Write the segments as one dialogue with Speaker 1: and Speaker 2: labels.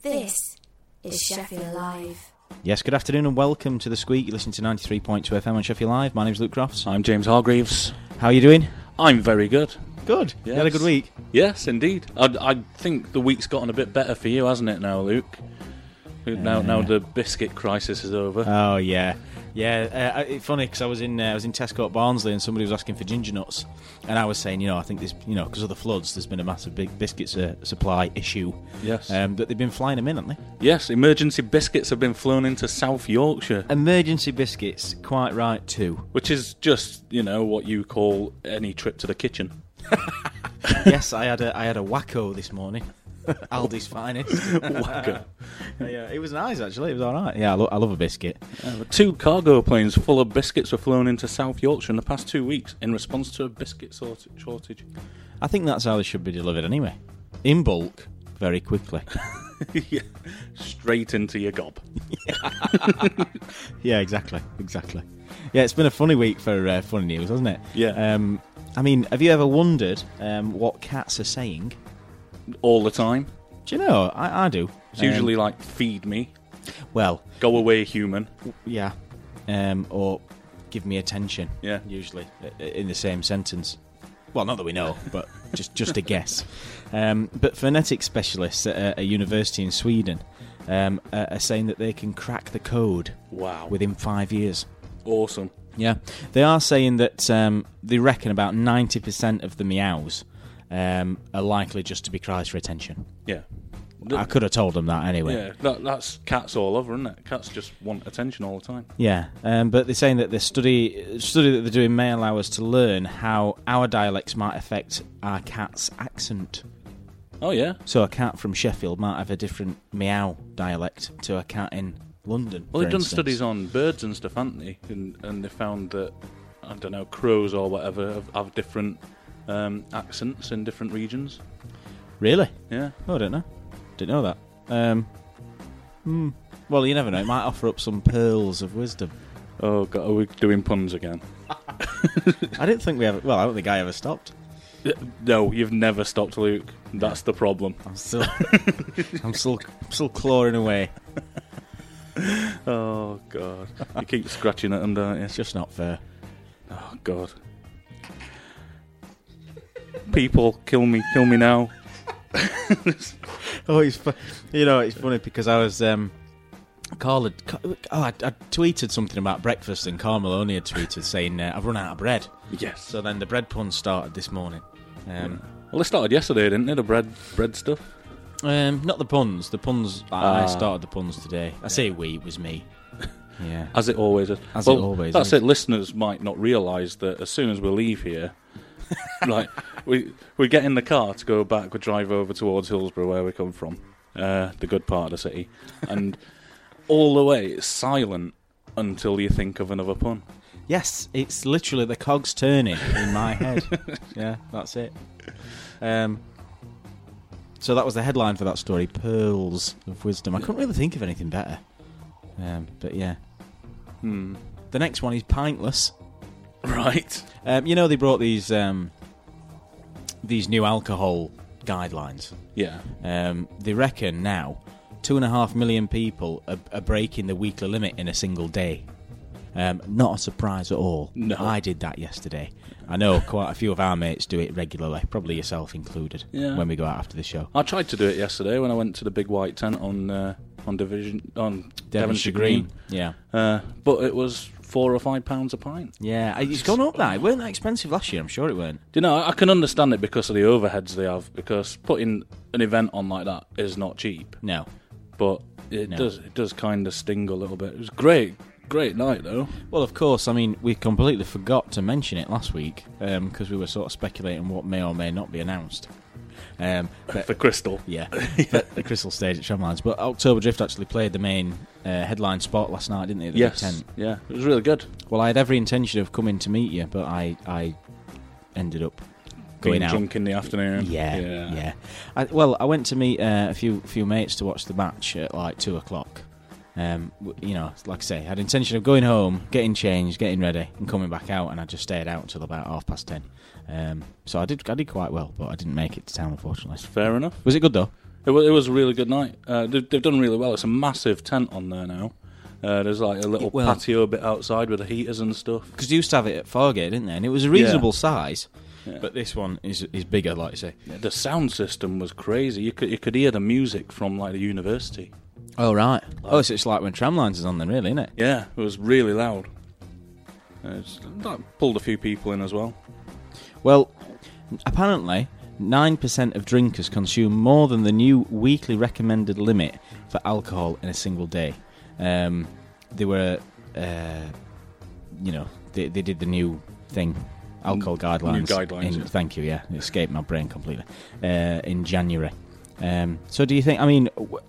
Speaker 1: This is Sheffield Live.
Speaker 2: Yes, good afternoon and welcome to the squeak. You listen to 93.2 FM on Sheffield Live. My name's Luke Crofts.
Speaker 3: I'm James Hargreaves.
Speaker 2: How are you doing?
Speaker 3: I'm very good.
Speaker 2: Good. You had a
Speaker 3: Yes.
Speaker 2: good week.
Speaker 3: Yes, indeed. I, I think the week's gotten a bit better for you, hasn't it? Now, Luke. Now, now
Speaker 2: Uh,
Speaker 3: the biscuit crisis is over.
Speaker 2: Oh yeah, yeah. Uh, it's funny because I was in uh, I was in Tesco at Barnsley and somebody was asking for ginger nuts, and I was saying, you know, I think this, you know, because of the floods, there's been a massive big biscuit uh, supply issue.
Speaker 3: Yes.
Speaker 2: um, but they've been flying them in, haven't they?
Speaker 3: yes, emergency biscuits have been flown into South Yorkshire,
Speaker 2: Emergency biscuits, quite right too.
Speaker 3: which is just you know what you call any trip to the kitchen.
Speaker 2: yes, I had a I had a wacko this morning. Aldi's finest. wacko. yeah, it was nice actually. It was all right. Yeah, I, lo- I love a biscuit.
Speaker 3: Two cargo planes full of biscuits were flown into South Yorkshire in the past two weeks in response to a biscuit sort- shortage.
Speaker 2: I think that's how they should be delivered anyway, in bulk, very quickly.
Speaker 3: yeah. Straight into your gob.
Speaker 2: Yeah, exactly, exactly. Yeah, it's been a funny week for uh, funny news, hasn't it?
Speaker 3: Yeah.
Speaker 2: Um, I mean, have you ever wondered um, what cats are saying?
Speaker 3: All the time.
Speaker 2: Do you know? I, I do.
Speaker 3: It's usually like feed me,
Speaker 2: Um, well,
Speaker 3: go away, human.
Speaker 2: yeah, um, or give me attention.
Speaker 3: Yeah.
Speaker 2: usually i- in the same sentence. Well, not that we know, but just just a guess. Um, but phonetic specialists at a, a university in Sweden um, are are saying that they can crack the code
Speaker 3: Wow.
Speaker 2: within five years.
Speaker 3: Awesome.
Speaker 2: Yeah, they are saying that um, they reckon about ninety percent of the meows um, are likely just to be cries for attention.
Speaker 3: Yeah.
Speaker 2: I could have told them that anyway.
Speaker 3: Yeah, that, that's cats all over, isn't it? Cats just want attention all the time.
Speaker 2: Yeah, um, but they're saying that the study study that they're doing may allow us to learn how our dialects might affect our cat's accent.
Speaker 3: Oh yeah,
Speaker 2: So a cat from Sheffield might have a different meow dialect to a cat in London. for
Speaker 3: well they've done
Speaker 2: instance.
Speaker 3: studies on birds and stuff, haven't they? And, and they found that I don't know crows or whatever have, have different um, accents in different regions.
Speaker 2: Really?
Speaker 3: Yeah,
Speaker 2: Oh, I don't know. Didn't know that. Um, hmm. Well, you never know. It might offer up some pearls of wisdom.
Speaker 3: Oh god, are we doing puns again?
Speaker 2: I didn't think we ever. Well, I don't think I ever stopped.
Speaker 3: Uh, No, you've never stopped, Luke. That's the problem.
Speaker 2: I'm still, I'm still, still clawing away.
Speaker 3: Oh god, you keep scratching at them, don't you?
Speaker 2: It's just not fair.
Speaker 3: Oh god. People, kill me, kill me now.
Speaker 2: Oh, it's fu- you know it's funny because I was um, Carl had Ca- oh I, I tweeted something about breakfast and Carl Maloney had tweeted saying uh, I've run out of bread.
Speaker 3: Yes.
Speaker 2: So then the bread pun started this morning. Um,
Speaker 3: Well, it started yesterday, didn't it? The bread, bread stuff.
Speaker 2: um, not the puns. The puns. I, I
Speaker 3: Ah.
Speaker 2: started the puns today. I say we. It was me. Yeah.
Speaker 3: As it always is.
Speaker 2: As
Speaker 3: Well,
Speaker 2: it always
Speaker 3: That's
Speaker 2: is.
Speaker 3: it. Listeners might not realise that as soon as we leave here, like we we get in the car to go back, we drive over towards Hillsborough, where we come from, uh, the good part of the city, and all the way it's silent until you think of another pun.
Speaker 2: Yes, it's literally the cogs turning in my head. yeah, that's it. Um, so that was the headline for that story: pearls of wisdom. I couldn't really think of anything better. Um, but yeah, the next one is pintless.
Speaker 3: Right.
Speaker 2: Um, you know they brought these um, these new alcohol guidelines.
Speaker 3: Yeah.
Speaker 2: Um, they reckon now two and a half million people are, are breaking the weekly limit in a single day. Um, not a surprise at all.
Speaker 3: No.
Speaker 2: I did that yesterday. I know quite a few of our mates do it regularly, probably yourself included,
Speaker 3: Yeah.
Speaker 2: when we go out after the show.
Speaker 3: I tried to do it yesterday when I went to the big white tent on uh, on division on Devonshire, Green.
Speaker 2: Yeah.
Speaker 3: Uh, but it was four or five pounds a pint.
Speaker 2: Yeah, it's gone up now. It weren't that expensive last year, I'm sure it weren't.
Speaker 3: Do you know, I can understand it because of the overheads they have. Because putting an event on like that is not cheap,
Speaker 2: No.
Speaker 3: but it
Speaker 2: No.
Speaker 3: does it does kind of sting a little bit. It was great, great night though.
Speaker 2: Well, of course, I mean, we um, completely forgot to mention it last week because we were sort of speculating what may or may not be announced. Um, but-
Speaker 3: for Crystal.
Speaker 2: yeah, but the Crystal stage at Shamlands. But October Drift actually played the main uh, headline spot last night, didn't they? at The big
Speaker 3: Yes.
Speaker 2: tent.
Speaker 3: Yeah. It was really good.
Speaker 2: Well, I had every intention of coming to meet you, but I I ended up going
Speaker 3: Being
Speaker 2: out.
Speaker 3: drunk in the afternoon.
Speaker 2: Yeah, yeah. I, well, I went to meet uh, a few few mates to watch the match at like two o'clock. Um, w- you know, like I say, I had intention of going home, getting changed, getting ready, and coming back out, and I just stayed out till about half past ten. Um, so I did I did quite well, but I didn't make it to town unfortunately.
Speaker 3: Fair enough.
Speaker 2: Was it good though?
Speaker 3: It was, it was a really good night. Uh, they've, they've done really well. It's a massive tent on there now. Uh, there's like a little
Speaker 2: Well-
Speaker 3: patio bit outside with the heaters and stuff.
Speaker 2: because they used to have it at Fargate, didn't they? And it was a reasonable size, but this one is is bigger, like you say.
Speaker 3: The sound system was crazy. You could you could hear the music from like the university.
Speaker 2: Oh right. Oh, so it's like when Tramlines is on, then, really, isn't it?
Speaker 3: Yeah, it was really loud. Uh, it's- that pulled a few people in as well.
Speaker 2: Well, apparently, nine percent of drinkers consume more than the new weekly recommended limit for alcohol in a single day. Um, they were, uh, you know, they they did the new thing. Alcohol guidelines.
Speaker 3: guidelines,
Speaker 2: in-
Speaker 3: yeah.
Speaker 2: Thank you. Yeah, it escaped my brain completely. Uh, in January. Um, so do you think? I mean, w- uh,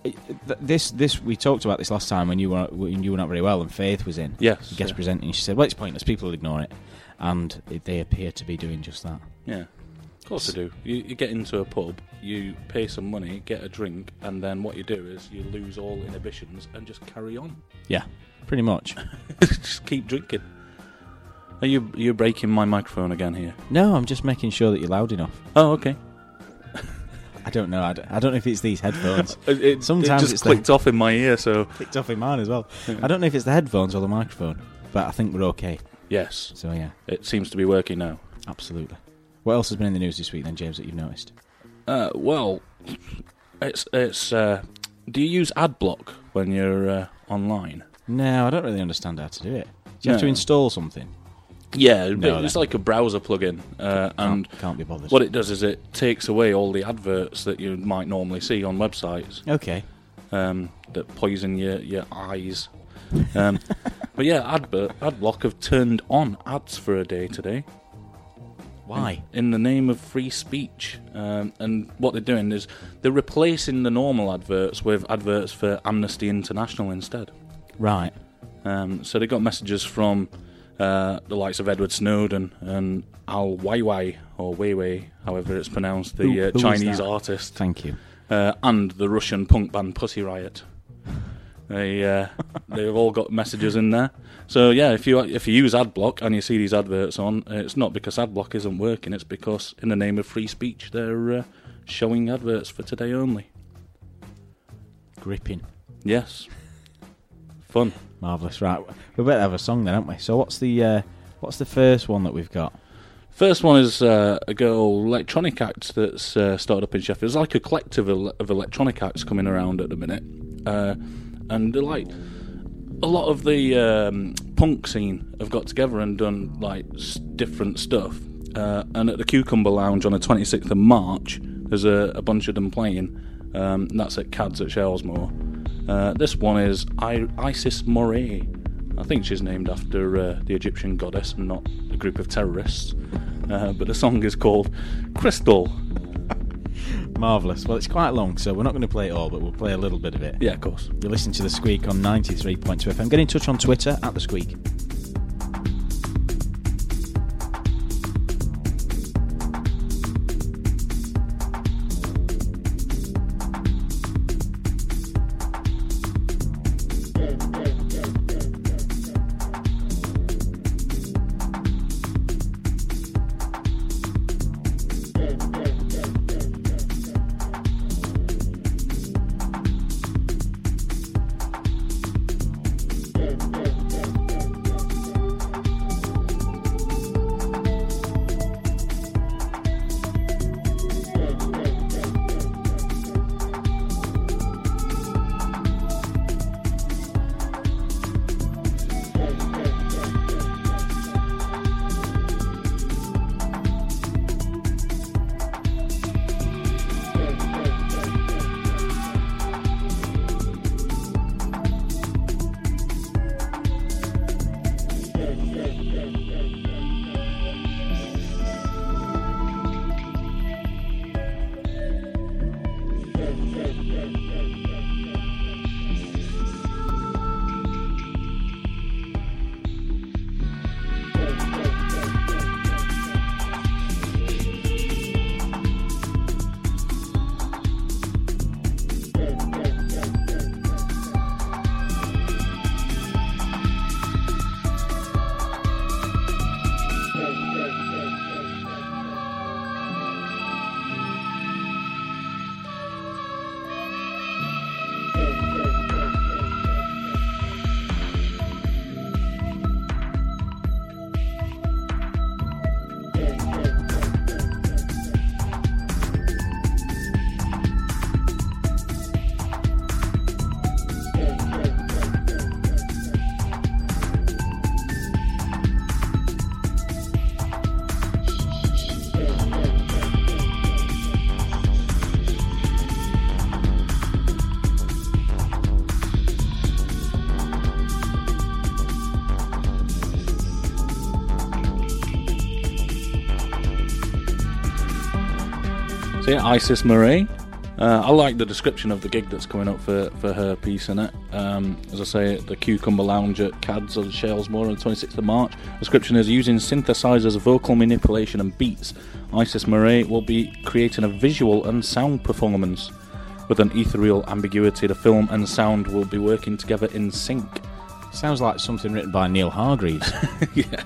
Speaker 2: th- this this we talked about this last time when you were when you were not very well and Faith was in
Speaker 3: Yes,
Speaker 2: guest
Speaker 3: yeah.
Speaker 2: presenting. She said, "Well, it's pointless. People will ignore it," and they appear to be doing just that.
Speaker 3: Yeah, of course they do. You, you get into a pub, you pay some money, get a drink, and then what you do is you lose all inhibitions and just carry on.
Speaker 2: Yeah, pretty much.
Speaker 3: just keep drinking. Are you you're breaking my microphone again here?
Speaker 2: No, I'm just making sure that you're loud enough.
Speaker 3: Oh, okay.
Speaker 2: I don't know. I d- I don't know if it's these headphones.
Speaker 3: It, it- it
Speaker 2: Sometimes
Speaker 3: just
Speaker 2: it's the-
Speaker 3: clicked off in my ear. So
Speaker 2: Picked off in mine as well. I don't know if it's the headphones or the microphone, but I think we're okay.
Speaker 3: yes,
Speaker 2: So yeah,
Speaker 3: it seems to be working now.
Speaker 2: absolutely. What else has been in the news this week then, James? That you've noticed?
Speaker 3: Uh, well, it's it's. Uh, do you use AdBlock when you're uh, online?
Speaker 2: No, I don't really understand how to do it. Do you have to
Speaker 3: No.
Speaker 2: install something?
Speaker 3: Yeah,
Speaker 2: No, Oh.
Speaker 3: but it's
Speaker 2: then.
Speaker 3: like a browser plugin, uh, and
Speaker 2: Can't- can't be bothered.
Speaker 3: What it does is it takes away all the adverts that you might normally see on websites
Speaker 2: Okay.
Speaker 3: um, that poison your your eyes. Um, but yeah, advert AdBlock have turned on ads for a day today.
Speaker 2: Why?
Speaker 3: in the name of free speech. Um, and what they're doing is they're replacing the normal adverts with adverts for Amnesty International instead.
Speaker 2: Right.
Speaker 3: Um, so they got messages from uh, the likes of Edward Snowden and Al Weiwei, or Weiwei, however it's pronounced, the
Speaker 2: Who- who
Speaker 3: uh,
Speaker 2: is
Speaker 3: Chinese
Speaker 2: that?
Speaker 3: artist,
Speaker 2: Thank you.
Speaker 3: uh, and the Russian punk band Pussy Riot. They uh, they've all got messages in there. So yeah, if you if you use AdBlock and you see these adverts on, uh, it's not because AdBlock isn't working. It's because in the name of free speech, they're uh, showing adverts for today only.
Speaker 2: Gripping.
Speaker 3: Yes, fun.
Speaker 2: Marvelous. Right. We better have a song then, haven't we? So what's the uh, what's the first one that we've got?
Speaker 3: First one is uh, a girl electronic act that's uh, started up in Sheffield. There's like a collective el- of electronic acts coming around at the minute, uh, and they're like a lot of the um, punk scene have got together and done like s- different stuff. Uh, and at the Cucumber Lounge on the 26th of March, there's a, a bunch of them playing. Um, and that's at Cads at Shalesmore. Uh, this one is I- Isis Moray. I think she's named after uh, the Egyptian goddess and not a group of terrorists. Uh, but the song is called Crystal.
Speaker 2: Marvelous. Well, it's quite long, so we're not going to play it all, but we'll play a little bit of it.
Speaker 3: Yeah, of course.
Speaker 2: You're listening to The Squeak on 93.2 FM. Get in touch on Twitter at The Squeak.
Speaker 3: yeah, Isis Marie. Uh, I like the description of the gig that's coming up for, for her piece in it. Um, as I say, the Cucumber Lounge at CADS of Shalesmore on the 26th of March. Description is using synthesizers, vocal manipulation, and beats. Isis Marie will be creating a visual and sound performance. With an ethereal ambiguity, the film and sound will be working together in sync.
Speaker 2: Sounds like something written by Neil Hargreaves.
Speaker 3: yeah,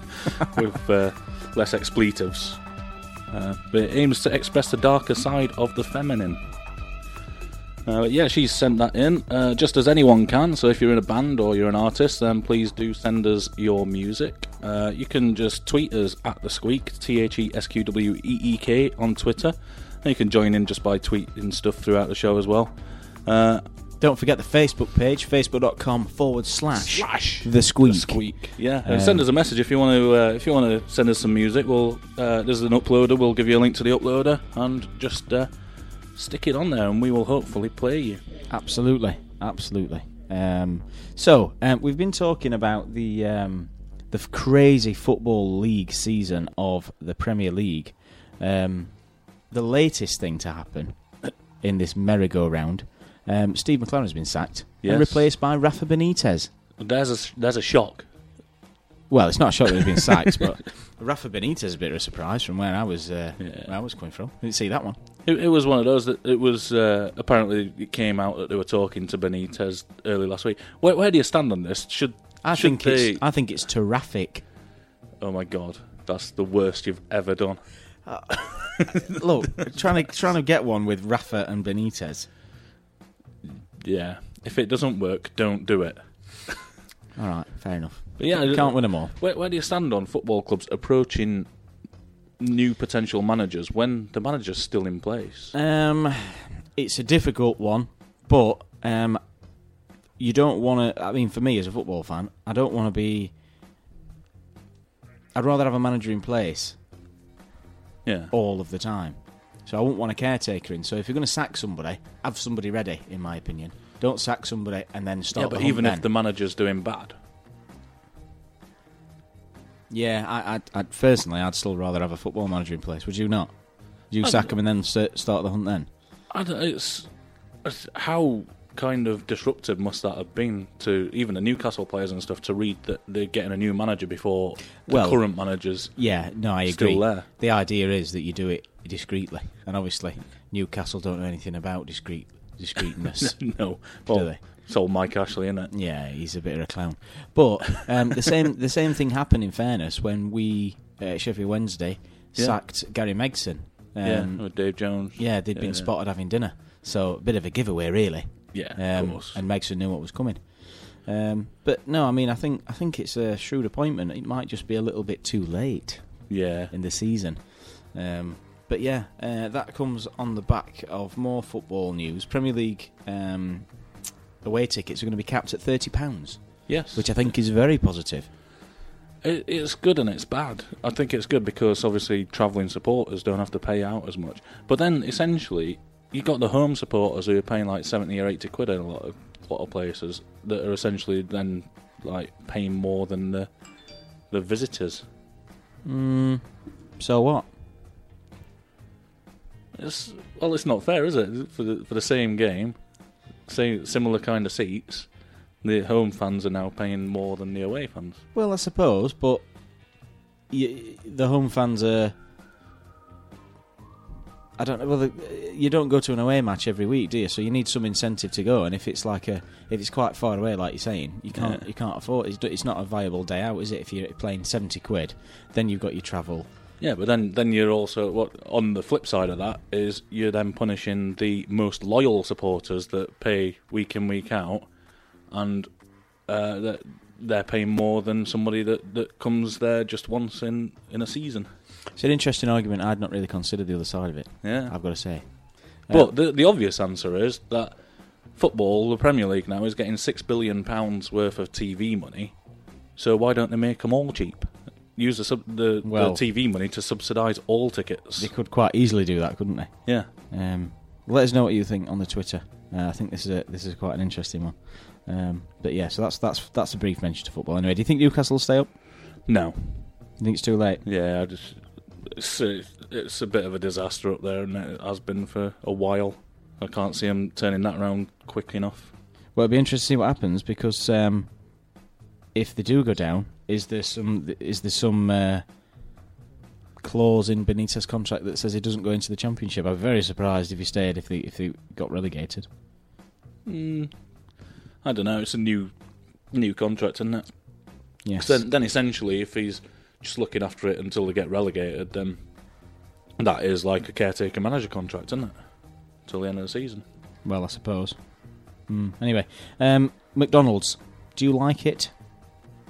Speaker 3: with uh, less expletives. Uh, but it aims to express the darker side of the feminine. Uh, yeah, she's sent that in, uh, just as anyone can. So if you're in a band or you're an artist, then please do send us your music. Uh, you can just tweet us at the squeak, T H E S Q W E E K, on Twitter. And you can join in just by tweeting stuff throughout the show as well. Uh,
Speaker 2: Don't forget the Facebook page, facebook.com forward slash,
Speaker 3: Slash.
Speaker 2: the squeak.
Speaker 3: The squeak. Yeah.
Speaker 2: Um,
Speaker 3: and send us a message if you want to. Uh, if you want to send us some music, we'll. Uh, there's an uploader. We'll give you a link to the uploader and just uh, stick it on there, and we will hopefully play you.
Speaker 2: Absolutely, absolutely. Um, so um, we've been talking about the um, the f- crazy football league season of the Premier League. Um, the latest thing to happen in this merry-go-round, um, Steve McLaren has been sacked
Speaker 3: Yes.
Speaker 2: and replaced by Rafa Benitez.
Speaker 3: There's a there's a shock.
Speaker 2: Well, it's not a shock that he's been sacked, but Rafa Benitez is a bit of a surprise from where I was uh,
Speaker 3: Yeah.
Speaker 2: where I was coming from. Didn't see that one.
Speaker 3: It, it was one of those that it was. Uh, apparently, it came out that they were talking to Benitez early last week. Where, where do you stand on this? Should
Speaker 2: I
Speaker 3: should
Speaker 2: think
Speaker 3: they?
Speaker 2: it's I think it's terrific.
Speaker 3: oh my god, that's the worst you've ever done.
Speaker 2: Look, trying to trying to get one with Rafa and Benitez.
Speaker 3: Yeah. If it doesn't work, don't do it.
Speaker 2: All right, fair enough.
Speaker 3: But yeah, I-
Speaker 2: can't win them all.
Speaker 3: Where, where do you stand on football clubs approaching new potential managers when the manager's still in place?
Speaker 2: Um, it's a difficult one, but um, you don't want to. I mean, for me as a football fan, I don't want to be. I'd rather have a manager in place
Speaker 3: Yeah.
Speaker 2: all of the time, so I wouldn't want a caretaker in. So if you're going to sack somebody, have somebody ready. In my opinion, don't sack somebody and then start.
Speaker 3: yeah, but
Speaker 2: the hunt
Speaker 3: even
Speaker 2: then.
Speaker 3: if the manager's doing bad,
Speaker 2: yeah, I, I'd, I'd personally, I'd still rather have a football manager in place. Would you not? Do you sack him and then st- start the hunt then?
Speaker 3: I don't- it's, it's how kind of disruptive must that have been to even the Newcastle players and stuff to read that they're getting a new manager before the
Speaker 2: Well-
Speaker 3: current managers.
Speaker 2: Yeah, no, I
Speaker 3: Still
Speaker 2: agree.
Speaker 3: there.
Speaker 2: The idea is that you do it discreetly, and obviously Newcastle don't know anything about discreet discreetness.
Speaker 3: No, well,
Speaker 2: they?
Speaker 3: it's all Mike Ashley, is it?
Speaker 2: Yeah, he's a bit of a clown. But um, the same the same thing happened in fairness when we uh, Sheffield Wednesday
Speaker 3: Yeah.
Speaker 2: sacked Gary Megson.
Speaker 3: Yeah,
Speaker 2: Um,
Speaker 3: with Dave Jones.
Speaker 2: yeah, they'd been spotted having dinner, so a bit of a giveaway, really.
Speaker 3: Yeah, of
Speaker 2: um,
Speaker 3: course.
Speaker 2: and Megson knew what was coming. Um, but no, I mean, I think I think it's a shrewd appointment. It might just be a little bit too late.
Speaker 3: yeah,
Speaker 2: in the season. Um, but yeah, uh, that comes on the back of more football news. Premier League um, away tickets are going to be capped at thirty pounds,
Speaker 3: yes.
Speaker 2: which I think is very positive.
Speaker 3: It, it's good and it's bad. I think it's good because obviously travelling supporters don't have to pay out as much. But then essentially, you got the home supporters who are paying like seventy or eighty quid in a lot of lot of places that are essentially then like paying more than the the visitors.
Speaker 2: So what?
Speaker 3: It's well, it's not fair, is it? For the for the same game, same similar kind of seats, the home fans are now paying more than the away fans.
Speaker 2: Well, I suppose, but y the home fans are. I don't know. Well, the- you don't go to an away match every week, do you? So you need some incentive to go. And if it's like a, if it's quite far away, like you're saying, you can't,
Speaker 3: Yeah.
Speaker 2: you can't afford. It's, it's not a viable day out, is it? If you're playing seventy quid, then you've got your travel.
Speaker 3: Yeah, but then then you're also what on the flip side of that is you're then punishing the most loyal supporters that pay week in week out, and uh, that they're paying more than somebody that, that comes there just once in, in a season.
Speaker 2: It's an interesting argument. I'd not really considered the other side of it.
Speaker 3: Yeah.
Speaker 2: I've got to say.
Speaker 3: But the the obvious answer is that football, the Premier League now is getting six billion pounds worth of TV money, so why don't they make them all cheap? Use the sub, the,
Speaker 2: Well-
Speaker 3: the TV money to subsidise all tickets.
Speaker 2: They could quite easily do that, couldn't they?
Speaker 3: Yeah.
Speaker 2: Um, let us know what you think on the Twitter. Uh, I think this is a, this is quite an interesting one. Um, but yeah, so that's that's that's a brief mention to football. Anyway, do you think Newcastle will stay up?
Speaker 3: No.
Speaker 2: You think it's too late?
Speaker 3: Yeah, I just it's a, it's a bit of a disaster up there, and it has been for a while. I can't see him turning that round quick enough.
Speaker 2: Well, it'll be interesting to see what happens because um, if they do go down, is there some is there some uh, clause in Benitez's contract that says he doesn't go into the championship? I'm very surprised if he stayed if they if they got relegated.
Speaker 3: I don't know. It's a new new contract, isn't it?
Speaker 2: Yes,
Speaker 3: 'Cause Then, then essentially, if he's just looking after it until they get relegated, then that is like a caretaker manager contract, isn't it? Until the end of the season.
Speaker 2: well, I suppose. Hmm. Anyway, um, McDonald's. Do you like it?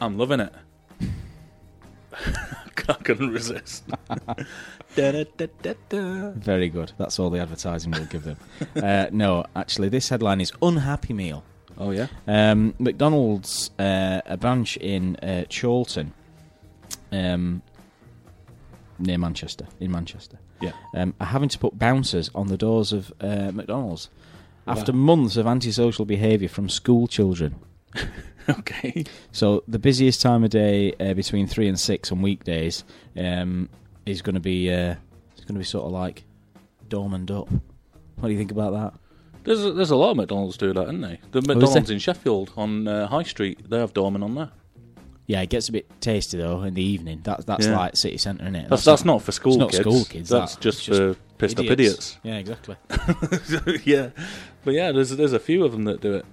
Speaker 3: I'm loving it. I couldn't resist. Da-da-da-da-da.
Speaker 2: Very good. That's all the advertising will give them. uh, no, actually, this headline is unhappy meal.
Speaker 3: Oh yeah.
Speaker 2: Um, McDonald's, uh, a branch in uh, Chorlton, um, near Manchester, in Manchester,
Speaker 3: Yeah.
Speaker 2: um, are having to put bouncers on the doors of uh, McDonald's after months of antisocial behaviour from school children.
Speaker 3: Okay.
Speaker 2: So the busiest time of day uh, between three and six on weekdays um, is going to be uh, it's going to be sort of like dormant up. What do you think about that?
Speaker 3: There's a, there's a lot of McDonald's do that, isn't they? The
Speaker 2: there?
Speaker 3: McDonald's in Sheffield on uh, High Street, they have Dorman on there.
Speaker 2: Yeah, it gets a bit tasty though in the evening. That's that's
Speaker 3: Yeah.
Speaker 2: like city centre, isn't it?
Speaker 3: That's that's not for school
Speaker 2: it's not
Speaker 3: kids.
Speaker 2: school kids,
Speaker 3: That's
Speaker 2: that.
Speaker 3: just,
Speaker 2: It's just
Speaker 3: for pissed up
Speaker 2: Yeah, exactly.
Speaker 3: idiots. yeah, but yeah, there's there's a few of them that do it.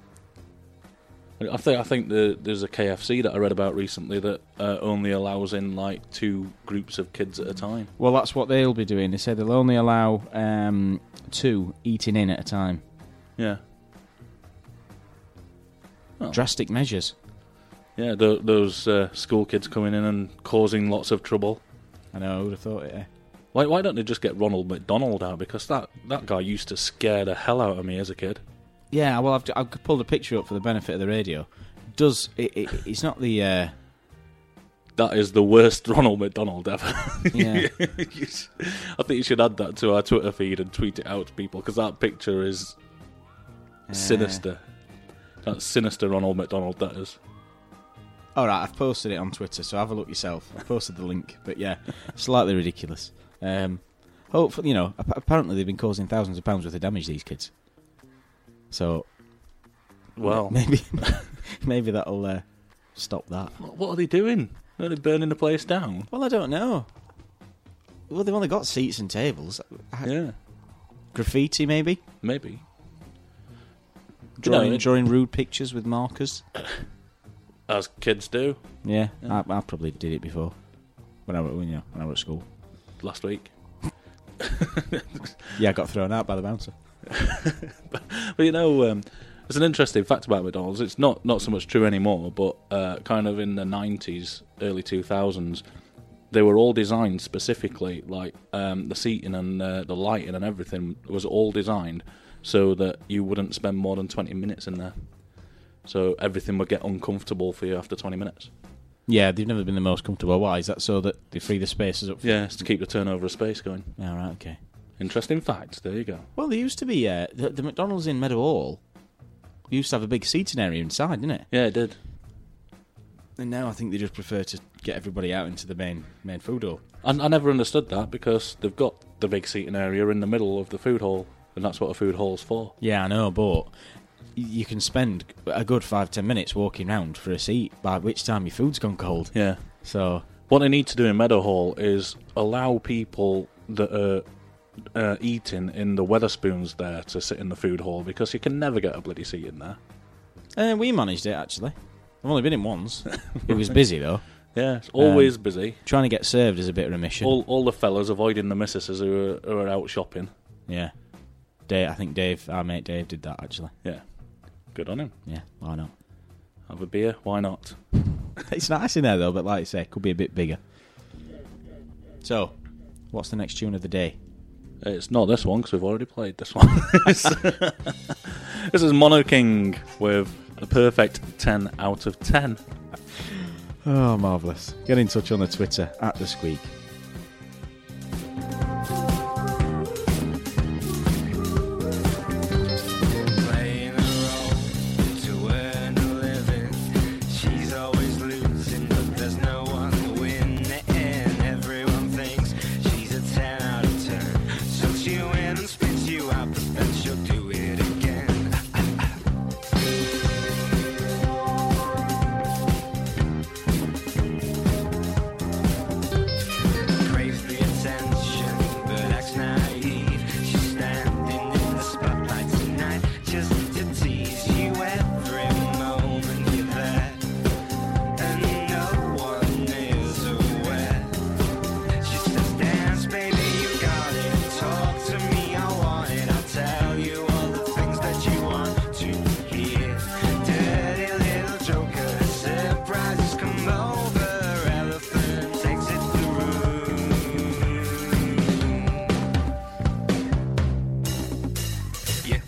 Speaker 3: I think I think the, there's a KFC that I read about recently that uh, only allows in like two groups of kids at a time.
Speaker 2: Well, that's what they'll be doing. They say they'll only allow um, two eating in at a time.
Speaker 3: Yeah,
Speaker 2: Drastic measures.
Speaker 3: yeah. tho- those uh, school kids coming in and causing lots of trouble.
Speaker 2: I know. I would have thought it. eh?
Speaker 3: Why why don't they just get Ronald McDonald out? Because that that guy used to scare the hell out of me as a kid.
Speaker 2: Yeah. Well, I've, I've pulled a picture up for the benefit of the radio. Does it, it, it's not the uh,
Speaker 3: That is the worst Ronald McDonald ever.
Speaker 2: Yeah.
Speaker 3: You sh- I think you should add that to our Twitter feed and tweet it out to people because that picture is sinister. That's sinister Ronald McDonald, that is.
Speaker 2: All right, I've posted it on Twitter, so have a look yourself. I've posted the link, but yeah, slightly ridiculous. Um, hopefully, you know, ap- apparently they've been causing thousands of pounds worth of damage these kids. So
Speaker 3: Well,
Speaker 2: maybe, maybe that'll uh, stop that.
Speaker 3: what are they doing? Are they burning the place down?
Speaker 2: Well, I don't know. Well, they've only got seats and tables.
Speaker 3: Yeah,
Speaker 2: Graffiti, maybe
Speaker 3: maybe.
Speaker 2: drawing
Speaker 3: it-
Speaker 2: drawing rude pictures with markers.
Speaker 3: As kids do
Speaker 2: Yeah, I, I probably did it before when I were when, you know, when I was at school.
Speaker 3: last week.
Speaker 2: Yeah, I got thrown out by the bouncer.
Speaker 3: But you know, um, it's an interesting fact about McDonald's. It's not not so much true anymore, but uh, kind of in the '90s, early 2000s, they were all designed specifically, like um, the seating and uh, the lighting and everything was all designed so that you wouldn't spend more than 20 minutes in there. So everything would get uncomfortable for you after 20 minutes.
Speaker 2: Yeah, they've never been the most comfortable. Why is that? So that they free the spaces up. For
Speaker 3: Yeah, it's to keep the turnover of space going.
Speaker 2: Yeah, right, okay.
Speaker 3: Interesting fact. There you go.
Speaker 2: Well, there used to be uh, the, the McDonald's in Meadow Hall. Used to have a big seating area inside, didn't it?
Speaker 3: Yeah, it did.
Speaker 2: And now I think they just prefer to get everybody out into the main main food hall.
Speaker 3: I, I never understood that because they've got the big seating area in the middle of the food hall, and that's what a food hall's for.
Speaker 2: Yeah, I know, but y- you can spend a good five ten minutes walking round for a seat, by which time your food's gone cold.
Speaker 3: Yeah.
Speaker 2: So
Speaker 3: What they need to do in Meadow Hall is allow people that are uh, eating in the Weatherspoons there to sit in the food hall because you can never get a bloody seat in there.
Speaker 2: uh, we managed it actually. I've only been in once. it was busy though.
Speaker 3: Yeah, Um, it's always busy.
Speaker 2: Trying to get served is a bit of a mission.
Speaker 3: All all the fellas avoiding the missuses who are, who are out shopping.
Speaker 2: yeah, Dave. I think Dave, our mate Dave, did that actually.
Speaker 3: Yeah, good on him.
Speaker 2: Yeah, why not?
Speaker 3: Have a beer, why not?
Speaker 2: It's nice in there though, but like I say, it could be a bit bigger. So, what's the next tune of the day?
Speaker 3: Uh, It's not this one because we've already played this one. this is Mono King with a perfect 10 out of 10.
Speaker 2: Oh, marvellous. Get in touch on the Twitter at The Squeak.
Speaker 4: Playing a role to earn a living. She's always losing, but there's no one to win. And everyone thinks she's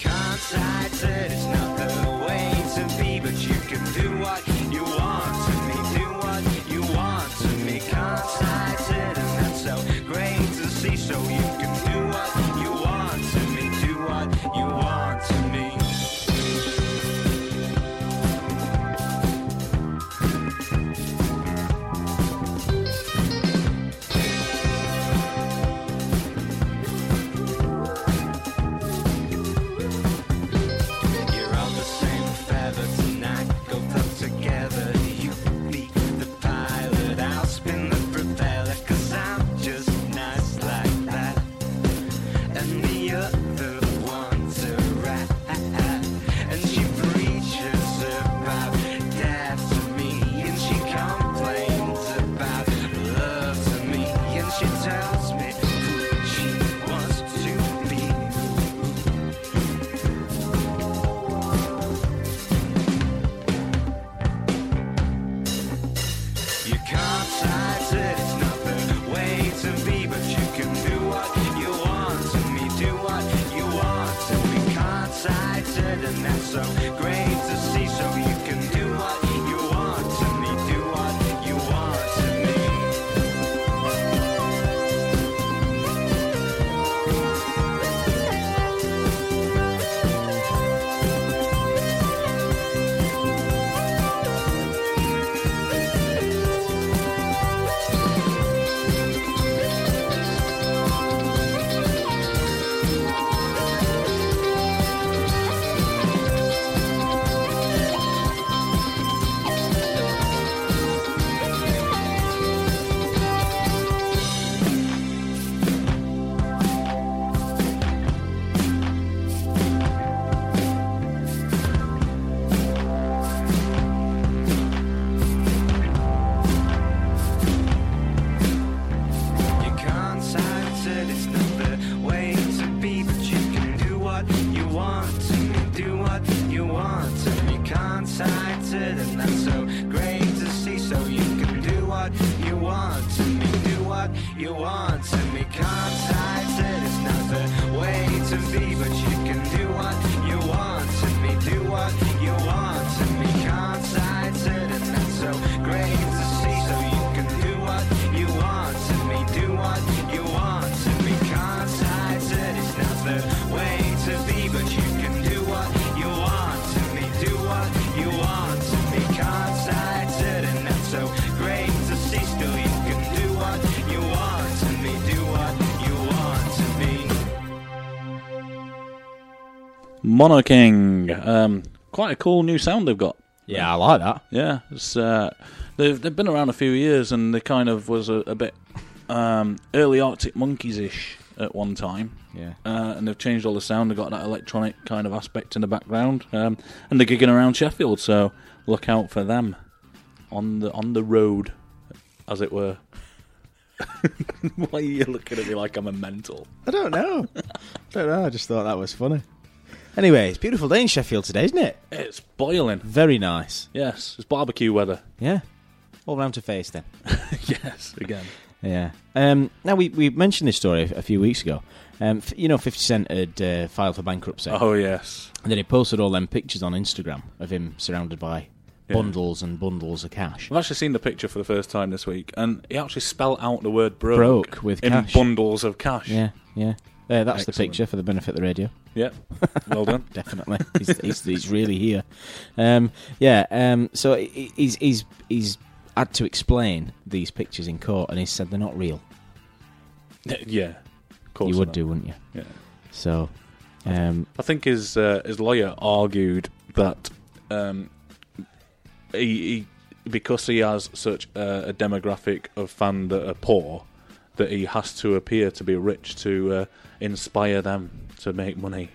Speaker 4: outside said it's not the way to be, but you can do what you want to me, do what you want to me. Considered, and that's so great to see. So you can do what you want to me, do what you want to me. You're all the same feather tonight, go put together. You be the pilot, I'll spin the propeller, cause I'm just nice like that. And the other one's a rat. And she preaches about death to me, and she complains about love to me, and she tells me who she wants to be. You can't size it, it's not the way to be, but you can do what you want to me, do what you want to me. Can't size it, and that's so great to see, so you can do what you want to me, do what you want to me. You can't science it, it's not the way to be, but you can do what you want to me, do what you want to me. You can't science it, and that's so great to see, so you can do what you want to me, do what you want to me. Can't science it, it's not the way to be, but you can do what you want to me, do what you want to me. Can't science it, and that's so great to see, so you can do what you want to me, do what you want to me. Can't size it, it's not the way to be, but you can do what you want to me, do what you want to me. Can't size it, and that's so great to see. Still, you can do what you want to me, do what you want to me.
Speaker 3: Mono King. Um, quite a cool new sound they've got.
Speaker 2: Yeah, I like that.
Speaker 3: Yeah, it's, uh, they've they've been around a few years, and they kind of was a, a bit um, early Arctic Monkeys ish at one time.
Speaker 2: Yeah.
Speaker 3: uh, and they've changed all the sound. They've got that electronic kind of aspect in the background, um, and they're gigging around Sheffield. So look out for them on the on the road, as it were. Why are you looking at me like I'm a mental?
Speaker 2: I don't know. I don't know. I just thought that was funny. Anyway, it's a beautiful day in Sheffield today, isn't it?
Speaker 3: It's boiling.
Speaker 2: Very nice.
Speaker 3: Yes, it's barbecue weather.
Speaker 2: Yeah. All round to face then.
Speaker 3: yes, again.
Speaker 2: Yeah. Um, now we, we mentioned this story a few weeks ago. Um, f- you know, Fifty Cent had uh, filed for bankruptcy,
Speaker 3: Oh yes.
Speaker 2: and then he posted all them pictures on Instagram of him surrounded by bundles and bundles of cash.
Speaker 3: I've actually seen the picture for the first time this week, and he actually spelled out the word broke,
Speaker 2: Broke with
Speaker 3: in
Speaker 2: cash.
Speaker 3: bundles of cash.
Speaker 2: Yeah, yeah. Uh, that's the
Speaker 3: Excellent.
Speaker 2: picture for the benefit of the radio.
Speaker 3: Yep. Well done.
Speaker 2: Definitely, he's, he's, he's really here. Um, yeah. Um, so he- he's he's he's had to explain these pictures in court, and he said they're not real.
Speaker 3: yeah. Of course
Speaker 2: You would
Speaker 3: not.
Speaker 2: do, wouldn't you?
Speaker 3: Yeah.
Speaker 2: So, um,
Speaker 3: I think his uh, his lawyer argued that um, he, he because he has such a, a demographic of fan that are poor that he has to appear to be rich to uh, inspire them to make money.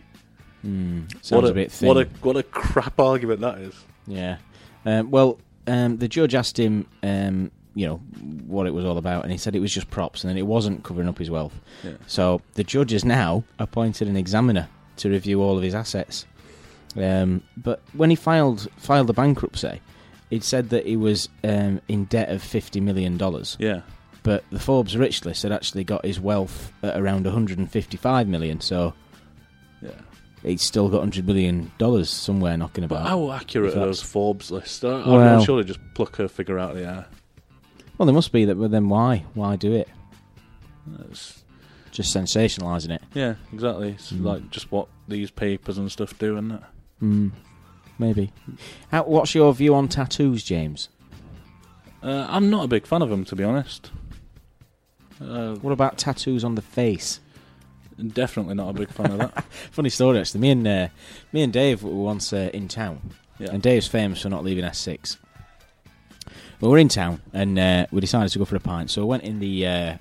Speaker 2: hmm, sounds
Speaker 3: what
Speaker 2: a, bit thin.
Speaker 3: what a what a crap argument that is.
Speaker 2: Yeah. Um, well, um, the judge asked him, um, you know, what it was all about, and he said it was just props, and then it wasn't covering up his wealth.
Speaker 3: Yeah.
Speaker 2: So the judge has now appointed an examiner to review all of his assets. Um, but when he filed filed the bankruptcy, it said that he was um, in debt of fifty million dollars.
Speaker 3: Yeah.
Speaker 2: But the Forbes rich list had actually got his wealth at around one hundred and fifty five million. So
Speaker 3: Yeah.
Speaker 2: it's still got hundred million dollars somewhere knocking
Speaker 3: But
Speaker 2: about.
Speaker 3: how accurate
Speaker 2: If
Speaker 3: are
Speaker 2: that's-
Speaker 3: those Forbes lists? I- I'm
Speaker 2: Well-
Speaker 3: not sure they just pluck a figure out of the air.
Speaker 2: Well, there must be that. But then why? Why do it?
Speaker 3: That's,
Speaker 2: Just sensationalising it.
Speaker 3: yeah, exactly. It's
Speaker 2: Hmm.
Speaker 3: like just what these papers and stuff do, isn't it?
Speaker 2: Hmm. Maybe. How, what's your view on tattoos, James?
Speaker 3: Uh, I'm not a big fan of them, to be honest. Uh,
Speaker 2: What about tattoos on the face?
Speaker 3: definitely not a big fan of that.
Speaker 2: Funny story, actually. Me and uh, me and Dave were once uh, in town,
Speaker 3: Yeah.
Speaker 2: and Dave's famous for not leaving S6. We were in town, and uh, we decided to go for a pint. So we went in the uh,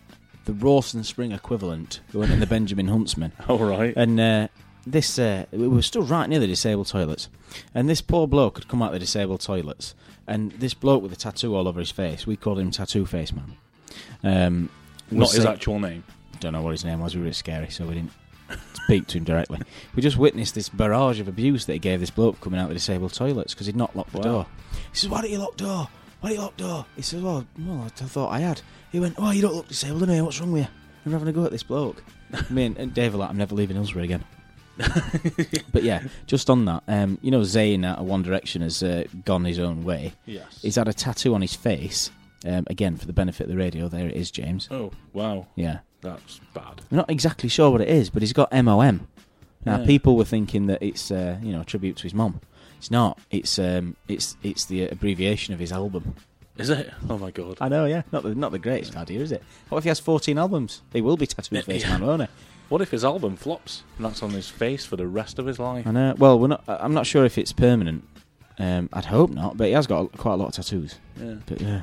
Speaker 2: the Rawson Spring equivalent. We went in the Benjamin Huntsman,
Speaker 3: All right.
Speaker 2: and uh, this uh, we were still right near the disabled toilets, and this poor bloke had come out the disabled toilets, and this bloke with a tattoo all over his face. We called him Tattoo Face Man. Um,
Speaker 3: not
Speaker 2: was
Speaker 3: his
Speaker 2: saying-
Speaker 3: actual name.
Speaker 2: don't know what his name was. We were a bit scary, so we didn't speak to him directly. We just witnessed this barrage of abuse that he gave this bloke coming out of the disabled toilets because he'd not locked the
Speaker 3: Wow.
Speaker 2: door. He says, "Why don't you lock door? Why don't you lock door?" He says, "Well, well, I th- thought I had." He went, "Oh, you don't look disabled anyway. What's wrong with you?" I'm having a go at this bloke. Me and, and Dave are like, "I'm never leaving Hillsborough again." but yeah, just on that, um, you know, Zayn out of One Direction has uh, gone his own way.
Speaker 3: Yes.
Speaker 2: He's had a tattoo on his face. Um, again, for the benefit of the radio, there it is, James.
Speaker 3: Oh wow,
Speaker 2: Yeah.
Speaker 3: that's bad.
Speaker 2: I'm not exactly sure what it is, but he's got MOM. Now
Speaker 3: Yeah.
Speaker 2: people were thinking that it's uh, you know a tribute to his mum. It's not. It's um, it's it's the abbreviation of his album.
Speaker 3: Is it? Oh my god.
Speaker 2: I know, yeah. Not the not the greatest idea, is it? What if he has 14 albums? He will be tattooed face man, won't he?
Speaker 3: What if his album flops and that's on his face for the rest of his life?
Speaker 2: I know. Well, we're not. I- I'm not sure if it's permanent. Um, I'd hope not, but he has got quite a lot of tattoos.
Speaker 3: Yeah.
Speaker 2: But yeah.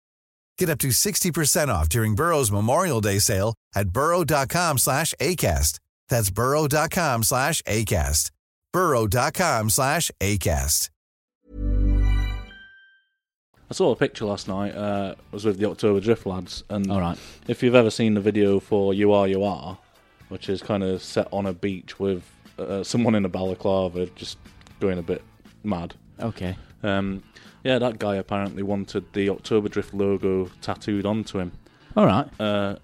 Speaker 5: Get up to 60% off during Burrow's Memorial Day sale at burrow.com slash ACAST. That's burrow.com slash ACAST. burrow.com slash ACAST.
Speaker 3: I saw a picture last night. Uh, I was with the October Drift lads, and
Speaker 2: All right.
Speaker 3: if you've ever seen the video for "You Are You Are," which is kind of set on a beach with uh, someone in a balaclava just going a bit mad.
Speaker 2: Okay.
Speaker 3: Um, yeah, that guy apparently wanted the October Drift logo tattooed onto him.
Speaker 2: All right.
Speaker 3: Uh,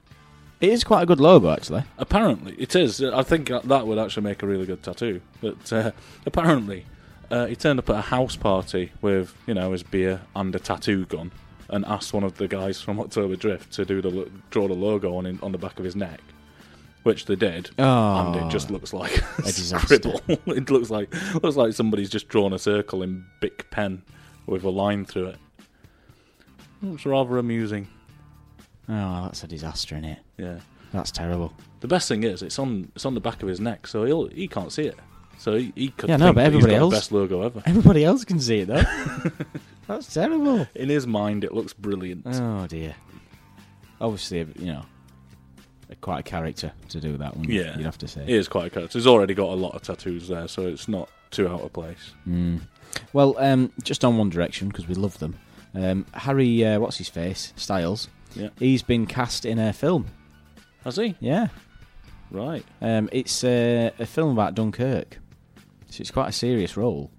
Speaker 2: It is quite a good logo, actually.
Speaker 3: Apparently, it is. I think that would actually make a really good tattoo. But uh, apparently, uh, he turned up at a house party with, you know, his beer and a tattoo gun, and asked one of the guys from October Drift to do the lo- draw the logo on in, on the back of his neck, which they did.
Speaker 2: Oh.
Speaker 3: and it just looks like a,
Speaker 2: disaster.
Speaker 3: scribble. it looks like looks like somebody's just drawn a circle in Bic pen with a line through it. It's rather amusing.
Speaker 2: Oh, that's a disaster, in it.
Speaker 3: Yeah.
Speaker 2: That's terrible.
Speaker 3: The best thing is it's on it's on the back of his neck, so he'll he can't see it. So he, he could
Speaker 2: Yeah, no,
Speaker 3: think
Speaker 2: but
Speaker 3: that he's
Speaker 2: everybody
Speaker 3: got
Speaker 2: else-
Speaker 3: the best logo ever.
Speaker 2: Everybody else can see it though. that's terrible.
Speaker 3: In his mind, it looks brilliant.
Speaker 2: Oh dear. Obviously, you know, quite a character to do that. Wouldn't you?
Speaker 3: yeah,
Speaker 2: you'd have to say.
Speaker 3: he is quite a character. He's already got a lot of tattoos there, so it's not too out of place.
Speaker 2: Well, um, just on One Direction because we love them. Um, Harry, uh, what's his face? Styles.
Speaker 3: Yeah.
Speaker 2: He's been cast in a film.
Speaker 3: Has he?
Speaker 2: Yeah.
Speaker 3: Right.
Speaker 2: Um, it's uh, a film about Dunkirk. So it's quite a serious role.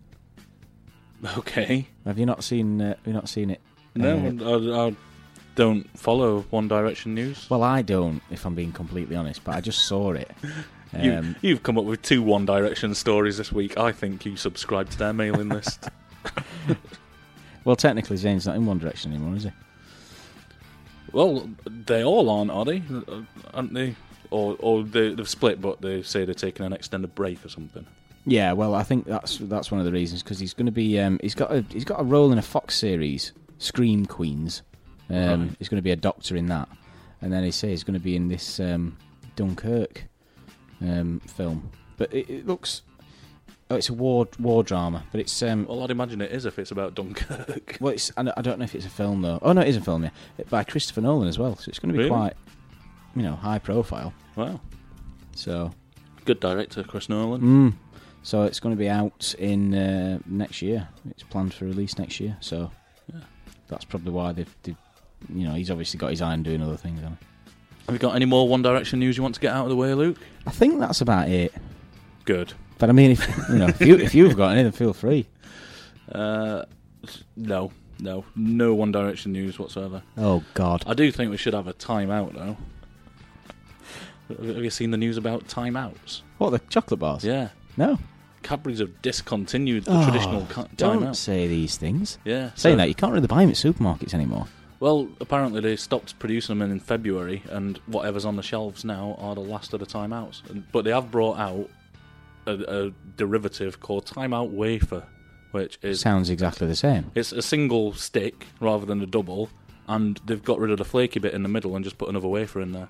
Speaker 3: Okay.
Speaker 2: Have you not seen? Uh, have you not seen it? Uh,
Speaker 3: No, I, I don't follow One Direction news.
Speaker 2: well, I don't, if I'm being completely honest, but I just saw it.
Speaker 3: you,
Speaker 2: Um,
Speaker 3: you've come up with two One Direction stories this week. I think you subscribe to their mailing list.
Speaker 2: well, technically, Zane's not in One Direction anymore, is he?
Speaker 3: Well, they all aren't, are they? Uh, Aren't they? Or, or they, they've split, but they say they're taking an extended break or something.
Speaker 2: Yeah, well, I think that's that's one of the reasons because he's going to be um, he's got a he's got a role in a Fox series, Scream Queens, Um, He's going to be a doctor in that, and then he says he's going to be in this um, Dunkirk um, film. But it, it looks, oh, it's a war war drama. But it's um,
Speaker 3: well, I'd imagine it is if it's about Dunkirk.
Speaker 2: Well, it's, I, don't, I don't know if it's a film though. Oh no, it is a film. Yeah, It- by Christopher Nolan as well. So it's going to be
Speaker 3: Really?
Speaker 2: quite, you know, high profile.
Speaker 3: Wow.
Speaker 2: So
Speaker 3: Good director, Chris Nolan.
Speaker 2: Mm. So it's going to be out in uh, next year. It's planned for release next year. So that's probably why they've, they've, you know, he's obviously got his eye on doing other things. hasn't he?
Speaker 3: Have you got any more One Direction news you want to get out of the way, Luke?
Speaker 2: I think that's about it.
Speaker 3: Good.
Speaker 2: But I mean, if you know, if, you, if you've got any, then feel free.
Speaker 3: Uh, no, no, no One Direction news whatsoever.
Speaker 2: Oh God.
Speaker 3: I do think we should have a timeout though. Have have you seen the news about timeouts?
Speaker 2: What the chocolate bars?
Speaker 3: Yeah,
Speaker 2: No.
Speaker 3: Cadbury's have discontinued the
Speaker 2: Oh,
Speaker 3: traditional ca-
Speaker 2: Don't
Speaker 3: timeout.
Speaker 2: say these things.
Speaker 3: Yeah,
Speaker 2: Saying
Speaker 3: so-
Speaker 2: that you can't really buy them at supermarkets anymore.
Speaker 3: Well, apparently they stopped producing them in February, and whatever's on the shelves now are the last of the timeouts. And- But they have brought out a, a derivative called timeout wafer, which is
Speaker 2: Sounds exactly the same.
Speaker 3: It's a single stick rather than a double, and they've got rid of the flaky bit in the middle and just put another wafer in there,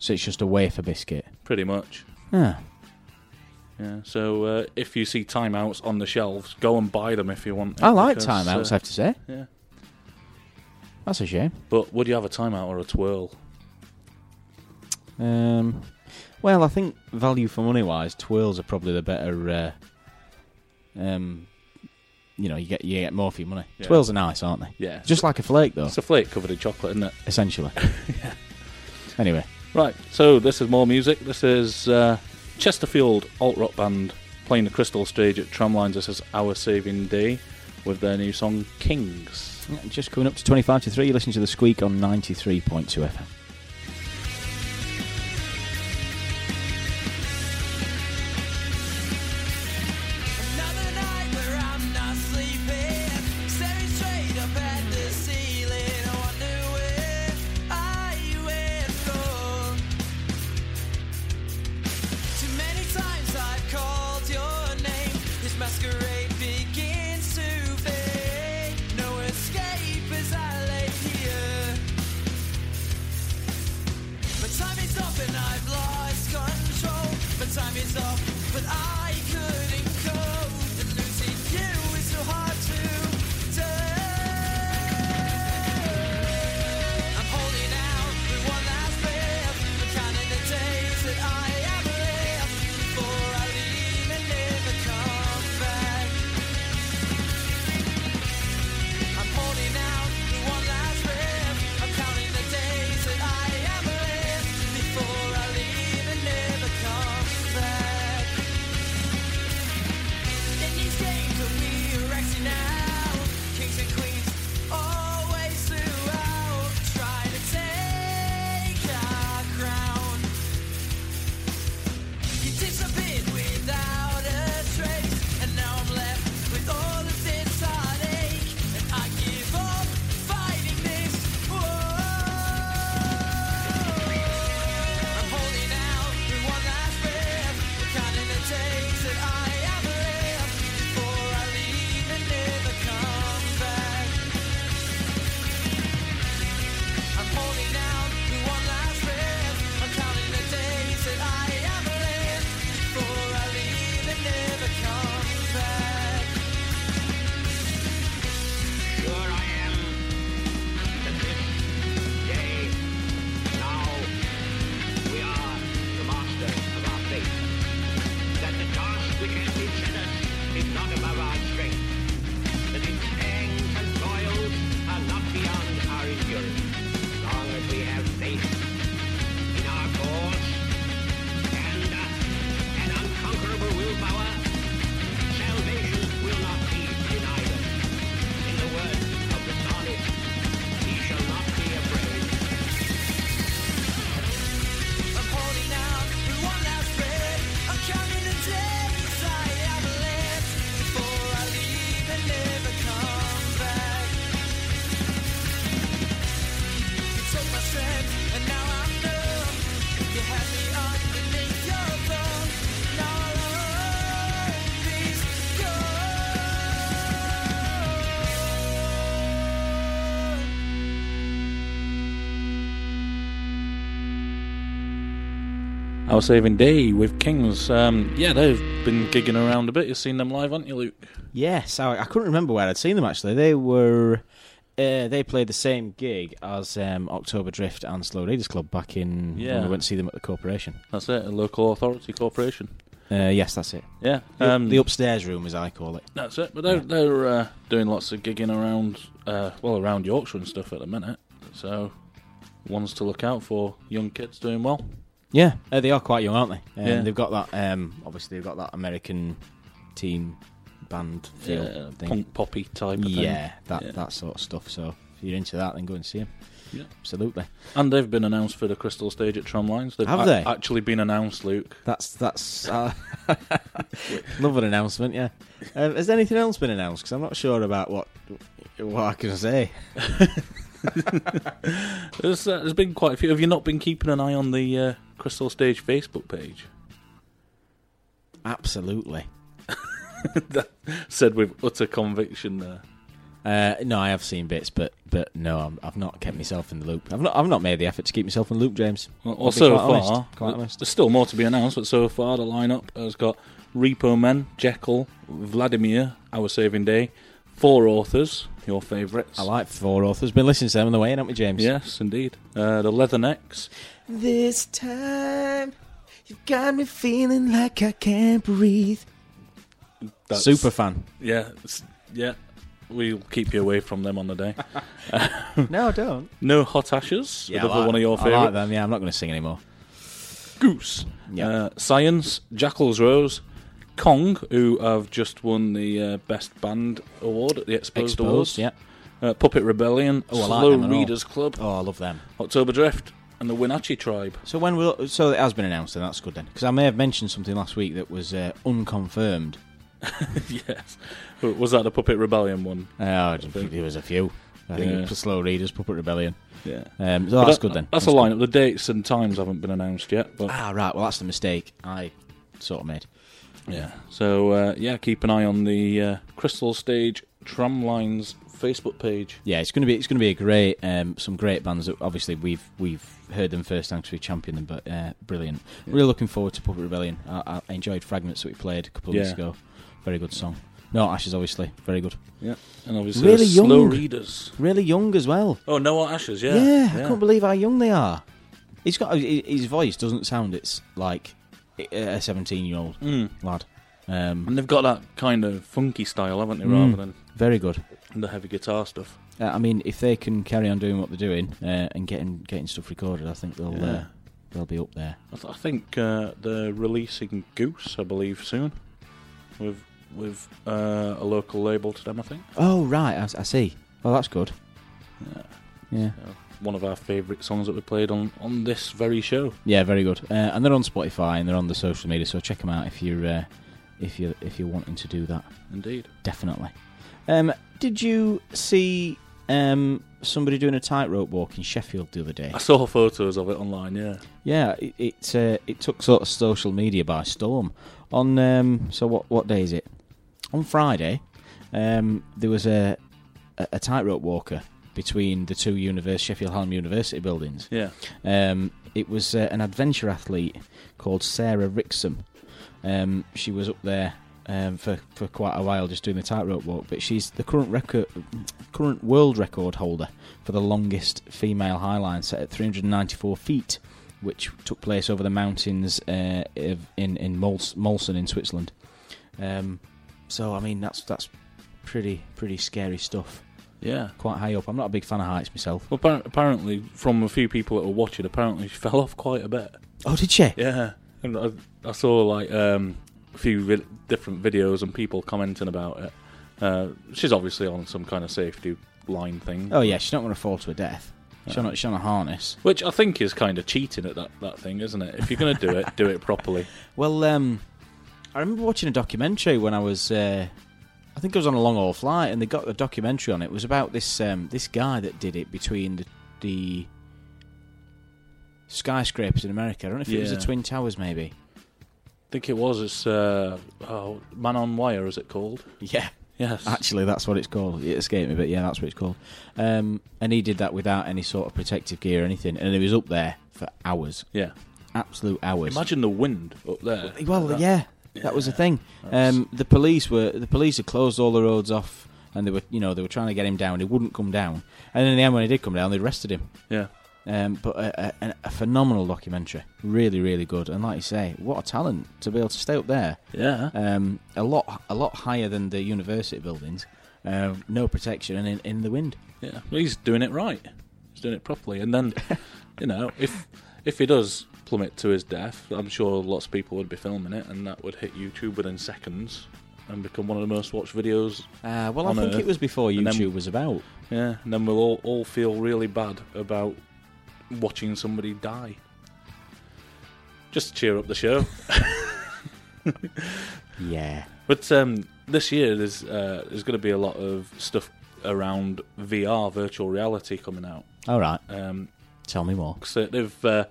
Speaker 2: So it's just a wafer biscuit.
Speaker 3: pretty much.
Speaker 2: Ah.
Speaker 3: Yeah. So uh, if you see timeouts on the shelves, go and buy them if you want.
Speaker 2: I like
Speaker 3: because, uh,
Speaker 2: timeouts, I have to say.
Speaker 3: Yeah.
Speaker 2: That's a shame.
Speaker 3: But would you have a timeout or a twirl?
Speaker 2: Um, well, I think value for money wise, twirls are probably the better. Uh, um, you know, you get you get more for your money.
Speaker 3: Yeah.
Speaker 2: Twirls are nice, aren't they?
Speaker 3: Yeah.
Speaker 2: Just like a flake, though.
Speaker 3: It's a flake covered in chocolate, isn't it?
Speaker 2: essentially. Anyway,
Speaker 3: Right. So this is more music. This is uh, Chesterfield alt rock band playing the Crystal Stage at Tramlines. This is Our Saving Day with their new song Kings.
Speaker 2: just coming up to twenty five to three. You listen to the squeak on ninety three point two FM.
Speaker 4: Another night where I'm not sleeping, staring straight up at the ceiling. I wonder if I am gone. Too many times I've called your name. This masquerade begins to fade. No escape as I lay here. But time is up and I've lost control. But time is up, but I couldn't cope. And losing you is so hard to take. I'm holding out with one last breath. I'm counting the days that I have left before I leave and never come back. I'm holding out for one last breath. I'm counting the days that I am left before I leave and never come back.
Speaker 3: Our Saving Day with Kings. Um, yeah, they've been gigging around a bit. You've seen them live, haven't you, Luke?
Speaker 2: Yes, I, I couldn't remember where I'd seen them actually. They were. Uh, they played the same gig as um, October Drift and Slow Readers Club back in when
Speaker 3: Yeah.
Speaker 2: we went to see them at the corporation.
Speaker 3: That's it, a local authority corporation.
Speaker 2: Uh, yes, that's it.
Speaker 3: Yeah,
Speaker 2: the,
Speaker 3: um,
Speaker 2: the upstairs room, as I call it.
Speaker 3: That's it. But they're, they're uh, doing lots of gigging around, uh, well, around Yorkshire and stuff at the minute. So, ones to look out for. Young kids doing well.
Speaker 2: Yeah, uh, they are quite young, aren't they? Um,
Speaker 3: Yeah.
Speaker 2: They've got that. Um, obviously, they've got that American teen band feel
Speaker 3: Yeah,
Speaker 2: thing.
Speaker 3: punk poppy type of thing.
Speaker 2: yeah, that
Speaker 3: Yeah.
Speaker 2: that sort of stuff. So if you're into that, then go and see them.
Speaker 3: Yeah.
Speaker 2: Absolutely.
Speaker 3: And they've been announced for the Crystal Stage at Tramlines. They've
Speaker 2: Have
Speaker 3: ac-
Speaker 2: they?
Speaker 3: actually been announced, Luke.
Speaker 2: That's that's uh, love an announcement. Yeah. Um, has anything else been announced? Because I'm not sure about what what I can say.
Speaker 3: There's, uh, there's been quite a few. Have you not been keeping an eye on the uh, Crystal Stage Facebook page?
Speaker 2: Absolutely.
Speaker 3: that said with utter conviction there.
Speaker 2: Uh, no, I have seen bits, but but no, I'm, I've not kept myself in the loop. I've not I've not made the effort to keep myself in the loop, James.
Speaker 3: Well,
Speaker 2: I'll be
Speaker 3: so
Speaker 2: quite
Speaker 3: far,
Speaker 2: honest, quite honest.
Speaker 3: there's still more to be announced, but so far the lineup has got Repo Men, Jekyll, Vladimir, Our Saving Day, four authors, your favourites.
Speaker 2: I like four authors. Been listening to them on the way in, haven't we, James?
Speaker 3: Yes, indeed. Uh, the Leathernecks,
Speaker 2: This time, you've got me feeling like I can't breathe.
Speaker 3: That's-
Speaker 2: Super fan.
Speaker 3: Yeah, it's- yeah. We'll keep you away from them on the day.
Speaker 2: No, don't.
Speaker 3: No Hot Ashes, another one of your
Speaker 2: I
Speaker 3: favourites.
Speaker 2: like them. Yeah, I'm not going to sing anymore.
Speaker 3: Goose.
Speaker 2: Yeah.
Speaker 3: Uh, Science, Jackal's Rose, Kong, who have just won the uh, Best Band Award at the Exposed, Awards.
Speaker 2: Exposed. Yeah.
Speaker 3: Uh, Puppet Rebellion,
Speaker 2: Oh, I like
Speaker 3: Slow
Speaker 2: them and all.
Speaker 3: Readers Club,
Speaker 2: Oh, I love them.
Speaker 3: October Drift, and the Wenatchee Tribe.
Speaker 2: So when will so it has been announced, and that's good then, because I may have mentioned something last week that was uh, unconfirmed.
Speaker 3: yes. W- Was that the Puppet Rebellion one?
Speaker 2: Oh, I don't think there was a few. I think
Speaker 3: Yeah.
Speaker 2: it was Slow Readers, Puppet Rebellion.
Speaker 3: Yeah.
Speaker 2: Um, so that's
Speaker 3: That-
Speaker 2: good then.
Speaker 3: That's a
Speaker 2: good.
Speaker 3: lineup. The dates and times haven't been announced yet, but
Speaker 2: Ah, right. Well, that's the mistake I sort of made.
Speaker 3: yeah. So uh, yeah, keep an eye on the uh, Crystal Stage Tramlines Facebook page.
Speaker 2: Yeah, it's gonna be it's gonna be a great um, some great bands that obviously we've we've heard them first time because we championed them, but uh, brilliant. Really looking forward to Puppet Rebellion. I, I enjoyed fragments that we played a couple of weeks
Speaker 3: Yeah.
Speaker 2: ago. Very good song. No Ashes, obviously, very good.
Speaker 3: Yeah, and obviously
Speaker 2: Really
Speaker 3: the Slow
Speaker 2: young.
Speaker 3: Readers.
Speaker 2: Really young as well.
Speaker 3: Oh, No Art Ashes. Yeah,
Speaker 2: Yeah, I can't believe how young they are. He's got his his voice doesn't sound it's like a seventeen year old lad. Um,
Speaker 3: Mm. And they've got that kind of funky style, haven't they,
Speaker 2: Mm.
Speaker 3: rather
Speaker 2: very good.
Speaker 3: than the heavy guitar stuff.
Speaker 2: Uh, I mean, if they can carry on doing what they're doing uh, and getting getting stuff recorded, I think they'll uh,
Speaker 3: Yeah.
Speaker 2: they'll be up there.
Speaker 3: I, th- I think uh, they're releasing Goose, I believe, soon with with uh, a local label to them. I think
Speaker 2: Oh right, I, s- I see. Oh, that's good.
Speaker 3: Yeah.
Speaker 2: Yeah,
Speaker 3: Uh, one of our favourite songs that we played on on this very show.
Speaker 2: yeah, very good. Uh, and they're on Spotify and they're on the social media, so check them out if you're uh, if you are if you're wanting to do that.
Speaker 3: Indeed.
Speaker 2: Definitely. Um, did you see um, somebody doing a tightrope walk in Sheffield the other day?
Speaker 3: I saw photos of it online. Yeah.
Speaker 2: Yeah, it it, uh, it took sort of social media by storm. On um, so what what day is it? On Friday, um, there was a a, a tightrope walker between the two univers Sheffield Hallam University buildings.
Speaker 3: Yeah.
Speaker 2: Um, it was uh, an adventure athlete called Sarah Rixham. Um, she was up there um, for, for quite a while just doing the tightrope walk, but she's the current record, current world record holder for the longest female highline set at 394 feet, which took place over the mountains uh, of, in in Mols- Molson in Switzerland. Um, so I mean that's that's pretty pretty scary stuff.
Speaker 3: Yeah.
Speaker 2: Quite high up. I'm not a big fan of heights myself.
Speaker 3: Well, appar- apparently, from a few people that were watching, apparently she fell off quite a bit.
Speaker 2: Oh, did she?
Speaker 3: Yeah, and I, I saw like um, a few vi- different videos and people commenting about it. Uh, she's obviously on some kind of safety line thing,
Speaker 2: Oh yeah, she's not going to fall to her death. She's on, a, she's on a harness.
Speaker 3: which I think is kind of cheating at that, that thing, isn't it? If you're going to do it, do it properly.
Speaker 2: Well, um, I remember watching a documentary when I was, uh, I think I was on a long haul flight, and they got a documentary on it. It was about this um, this guy that did it between the, the skyscrapers in America. I don't know if it was the
Speaker 3: Yeah.
Speaker 2: Twin Towers, maybe.
Speaker 3: I think it was. It's uh, oh, man on wire, is it called?
Speaker 2: Yeah,
Speaker 3: Yes.
Speaker 2: actually, that's what it's called. It escaped me, but yeah, that's what it's called. Um, and he did that without any sort of protective gear or anything, and he was up there for hours.
Speaker 3: Yeah.
Speaker 2: absolute hours.
Speaker 3: Imagine the wind up there.
Speaker 2: Well, yeah, that was the thing. Um, the police were the police had closed all the roads off, and they were you know they were trying to get him down. He wouldn't come down, and in the end, when he did come down, they arrested him.
Speaker 3: Yeah.
Speaker 2: Um, but a, a, a phenomenal documentary, really, really good. And like you say, what a talent to be able to stay up there.
Speaker 3: Yeah.
Speaker 2: Um, a lot, a lot higher than the university buildings. Uh, no protection and in, in the wind.
Speaker 3: Yeah, well, he's doing it right. He's doing it properly. And then, you know, if if he does plummet to his death, I'm sure lots of people would be filming it, and that would hit YouTube within seconds and become one of the most watched videos.
Speaker 2: Uh, well, I
Speaker 3: on
Speaker 2: think
Speaker 3: Earth.
Speaker 2: it was before
Speaker 3: And then-
Speaker 2: YouTube was about.
Speaker 3: Yeah, and then we'll all, all feel really bad about watching somebody die. Just to cheer up the show.
Speaker 2: Yeah.
Speaker 3: But um, this year, there's uh, there's going to be a lot of stuff around VR, virtual reality, coming out.
Speaker 2: All right.
Speaker 3: Um,
Speaker 2: Tell me more.
Speaker 3: so they've uh,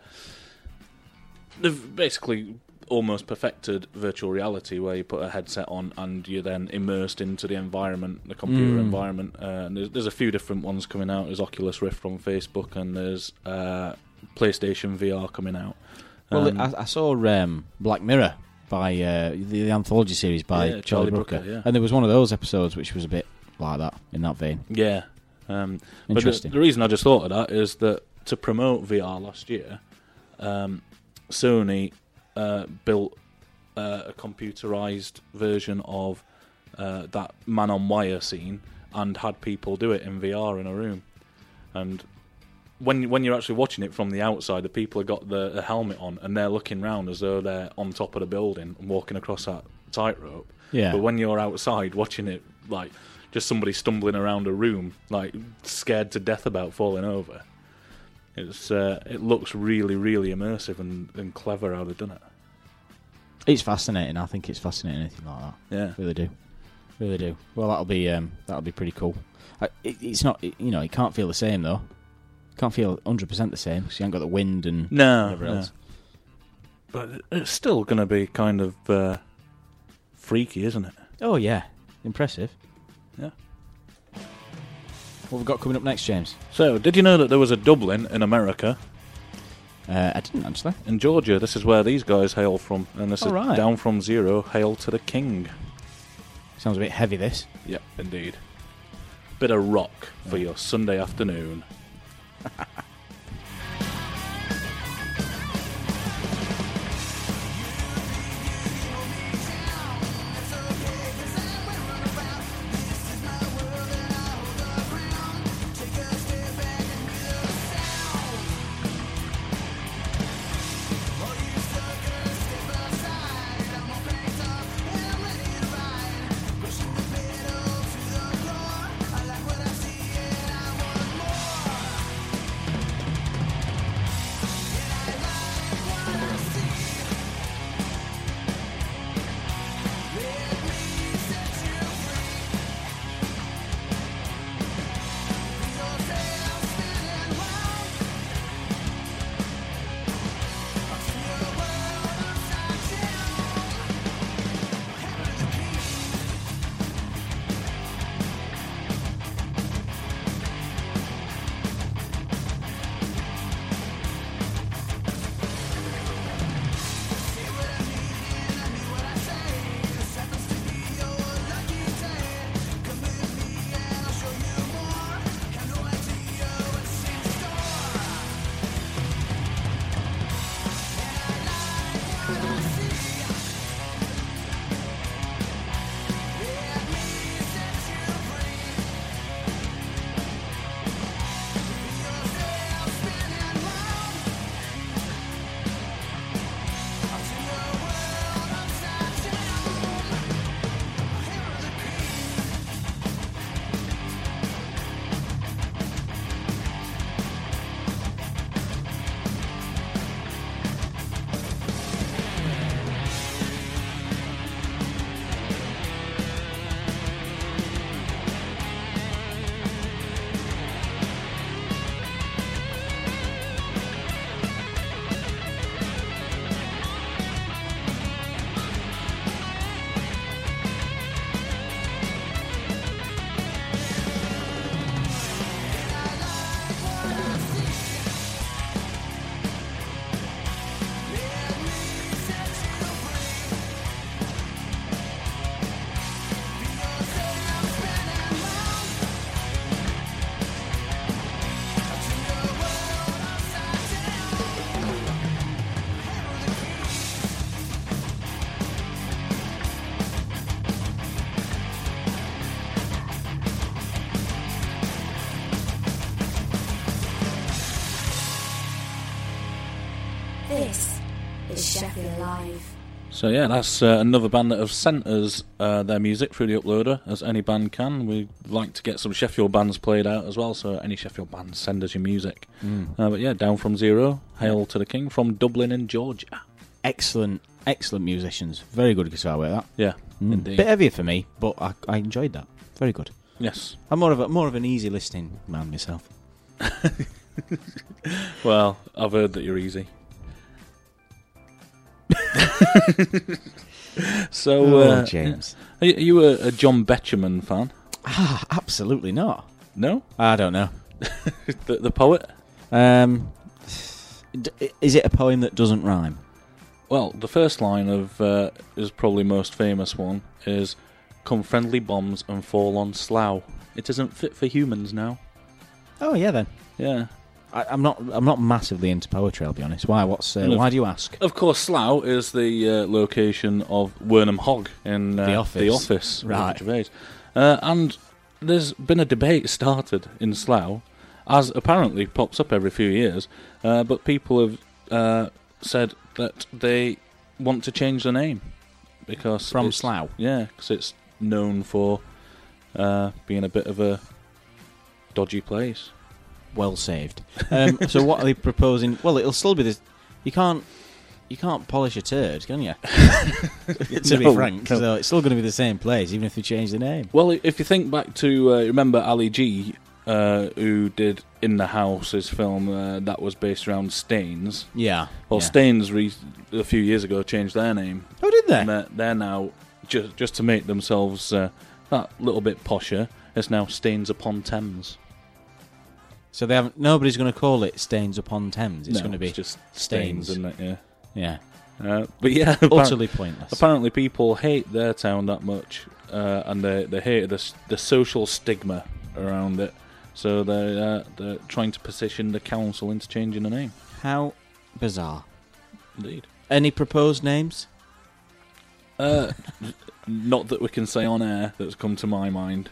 Speaker 3: they've basically almost perfected virtual reality, where you put a headset on and you're then immersed into the environment, the computer
Speaker 2: Mm.
Speaker 3: environment. Uh, and there's, there's a few different ones coming out. There's Oculus Rift from Facebook, and there's uh, PlayStation VR coming out.
Speaker 2: Well,
Speaker 3: Um,
Speaker 2: I, I saw um, Black Mirror by uh, the, the anthology series by
Speaker 3: Yeah,
Speaker 2: Charlie,
Speaker 3: Charlie
Speaker 2: Brooker,
Speaker 3: Brooker, yeah.
Speaker 2: and there was one of those episodes which was a bit like that in that vein.
Speaker 3: Yeah. Um,
Speaker 2: Interesting.
Speaker 3: But the, the reason I just thought of that is that to promote VR last year, um, Sony uh, built uh, a computerized version of uh, that man on wire scene and had people do it in VR in a room. And when when you're actually watching it from the outside, the people have got the, the helmet on and they're looking round as though they're on top of the building and walking across that tightrope.
Speaker 2: Yeah.
Speaker 3: But when you're outside watching it, like just somebody stumbling around a room, like scared to death about falling over, it's uh, it looks really really immersive and, and clever how they've done it.
Speaker 2: It's fascinating. I think it's fascinating. Anything like that.
Speaker 3: Yeah.
Speaker 2: really do, really do. Well, that'll be um, that'll be pretty cool. I, it, it's not, it- you know, it can't feel the same though. Can't feel hundred percent the same because you ain't got the wind and
Speaker 3: No,
Speaker 2: whatever
Speaker 3: no.
Speaker 2: else.
Speaker 3: But it's still going to be kind of uh, freaky, isn't it?
Speaker 2: Oh yeah, impressive.
Speaker 3: Yeah.
Speaker 2: What we've got coming up next, James?
Speaker 3: So, did you know that there was a Dublin in America?
Speaker 2: Uh, I didn't actually.
Speaker 3: In Georgia, this is where these guys hail from, and this
Speaker 2: All
Speaker 3: is
Speaker 2: right.
Speaker 3: down from zero, hail to the king.
Speaker 2: Sounds a bit heavy. This.
Speaker 3: Yep, indeed. Bit of rock for your Sunday afternoon.
Speaker 4: I like what I see and I want more.
Speaker 1: This is Sheffield Live.
Speaker 3: So yeah, that's uh, another band that have sent us uh, their music through the uploader, as any band can. We like to get some Sheffield bands played out as well, so any Sheffield bands send us your music.
Speaker 2: Mm.
Speaker 3: Uh, but yeah, down from zero, hail to the king from Dublin in Georgia.
Speaker 2: Excellent, excellent musicians. Very good guitar work. That
Speaker 3: yeah, Mm. indeed.
Speaker 2: Mm. bit heavier for me, but I, I enjoyed that. Very good.
Speaker 3: Yes.
Speaker 2: I'm more of a more of an easy listening man myself.
Speaker 3: Well, I've heard that you're easy. so,
Speaker 2: Oh,
Speaker 3: uh,
Speaker 2: James.
Speaker 3: yeah. are you are you a, a John Betjeman fan?
Speaker 2: Ah, absolutely not.
Speaker 3: No,
Speaker 2: I don't know.
Speaker 3: the, the poet.
Speaker 2: Um, d- is it a poem that doesn't rhyme?
Speaker 3: Well, the first line of uh, his probably most famous one is "Come friendly bombs and fall on Slough. It isn't fit for humans now."
Speaker 2: Oh yeah, then.
Speaker 3: Yeah,
Speaker 2: I, I'm not. I'm not massively into poetry. I'll be honest. Why? What's? Uh,
Speaker 3: No.
Speaker 2: why do you ask?
Speaker 3: of course, Slough is the uh, location of Wernham Hogg in uh,
Speaker 2: The Office.
Speaker 3: The Office, with
Speaker 2: Right.
Speaker 3: Gervais. Uh, and there's been a debate started in Slough, as apparently pops up every few years. Uh, but people have uh, said that they want to change the name because
Speaker 2: From
Speaker 3: it's-
Speaker 2: Slough?
Speaker 3: yeah, because it's known for uh, being a bit of a dodgy place.
Speaker 2: Well saved. Um, so what are they proposing? Well, it'll still be this. You can't. You can't polish a turd, can you? to
Speaker 3: No,
Speaker 2: be frank,
Speaker 3: no.
Speaker 2: so it's still going to be the same place, even if they change the name.
Speaker 3: Well, i- if you think back to uh, remember Ali G, uh, who did In the House, his film uh, that was based around Staines.
Speaker 2: Yeah.
Speaker 3: Well,
Speaker 2: yeah.
Speaker 3: Staines re- a few years ago changed their name.
Speaker 2: Oh, did
Speaker 3: And
Speaker 2: they?
Speaker 3: they're, they're now just just to make themselves uh, that little bit posher. It's now Staines upon Thames.
Speaker 2: So they haven't. Nobody's going to call it Stains upon Thames. It's
Speaker 3: No,
Speaker 2: going to be
Speaker 3: just Staines, isn't it? Yeah.
Speaker 2: Yeah.
Speaker 3: Uh, but yeah, apparently,
Speaker 2: Utterly pointless.
Speaker 3: apparently people hate their town that much, uh, and they they hate the s- the social stigma around it. So they're uh, they're trying to petition the council into changing the name.
Speaker 2: How bizarre.
Speaker 3: Indeed.
Speaker 2: Any proposed names?
Speaker 3: Uh, not that we can say on air that's come to my mind.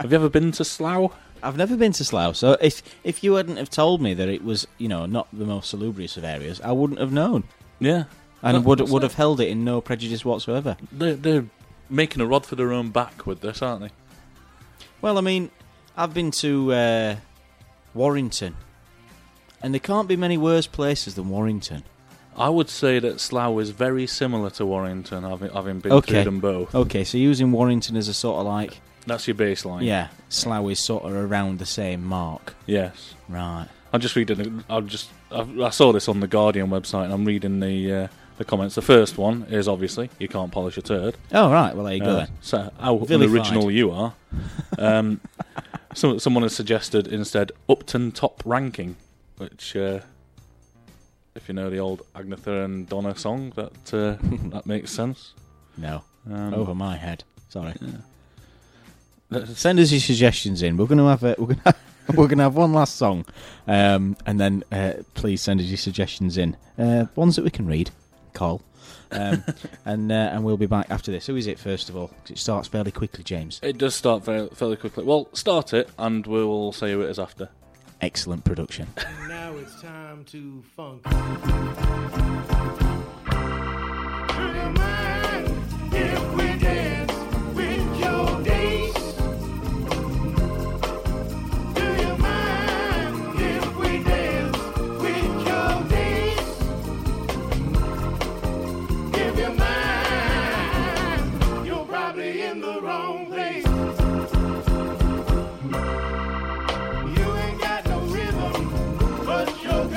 Speaker 3: Have you ever been to Slough?
Speaker 2: I've never been to Slough, so if if you hadn't have told me that it was, you know, not the most salubrious of areas, I wouldn't have known,
Speaker 3: Yeah.
Speaker 2: and
Speaker 3: No,
Speaker 2: would
Speaker 3: it's
Speaker 2: would
Speaker 3: not.
Speaker 2: have held it in no prejudice whatsoever.
Speaker 3: They're, they're making a rod for their own back with this, aren't they?
Speaker 2: Well, I mean, I've been to uh, Warrington, and there can't be many worse places than Warrington.
Speaker 3: I would say that Slough is very similar to Warrington, having, having been
Speaker 2: Okay.
Speaker 3: through them both.
Speaker 2: Okay, so using Warrington as a sort of like,
Speaker 3: That's your baseline.
Speaker 2: yeah, Slough is sort of around the same mark,
Speaker 3: Yes.
Speaker 2: right?
Speaker 3: I'm just reading. I'm just. I've, I saw this on the Guardian website, and I'm reading the uh, the comments. The first one is obviously you can't polish a turd.
Speaker 2: Oh, right. Well, there you go.
Speaker 3: Uh,
Speaker 2: then.
Speaker 3: so how
Speaker 2: Vilified.
Speaker 3: original you are. Um, so, someone has suggested instead Upton top ranking, which, uh, if you know the old Agnetha and Donna song, that uh, that makes sense.
Speaker 2: No,
Speaker 3: Um,
Speaker 2: over my head. Sorry. Uh,
Speaker 3: that's-
Speaker 2: Send us your suggestions in. We're gonna have a, we're gonna we're gonna have one last song, um, and then uh, please send us your suggestions in. Uh, ones that we can read, Call, um, and uh, and we'll be back after this. Who is it first of all? 'Cause it starts fairly quickly. James,
Speaker 3: It does start very, fairly quickly. Well, start it, and we'll say who it is after.
Speaker 2: excellent production.
Speaker 4: Now it's time to funk. Oh,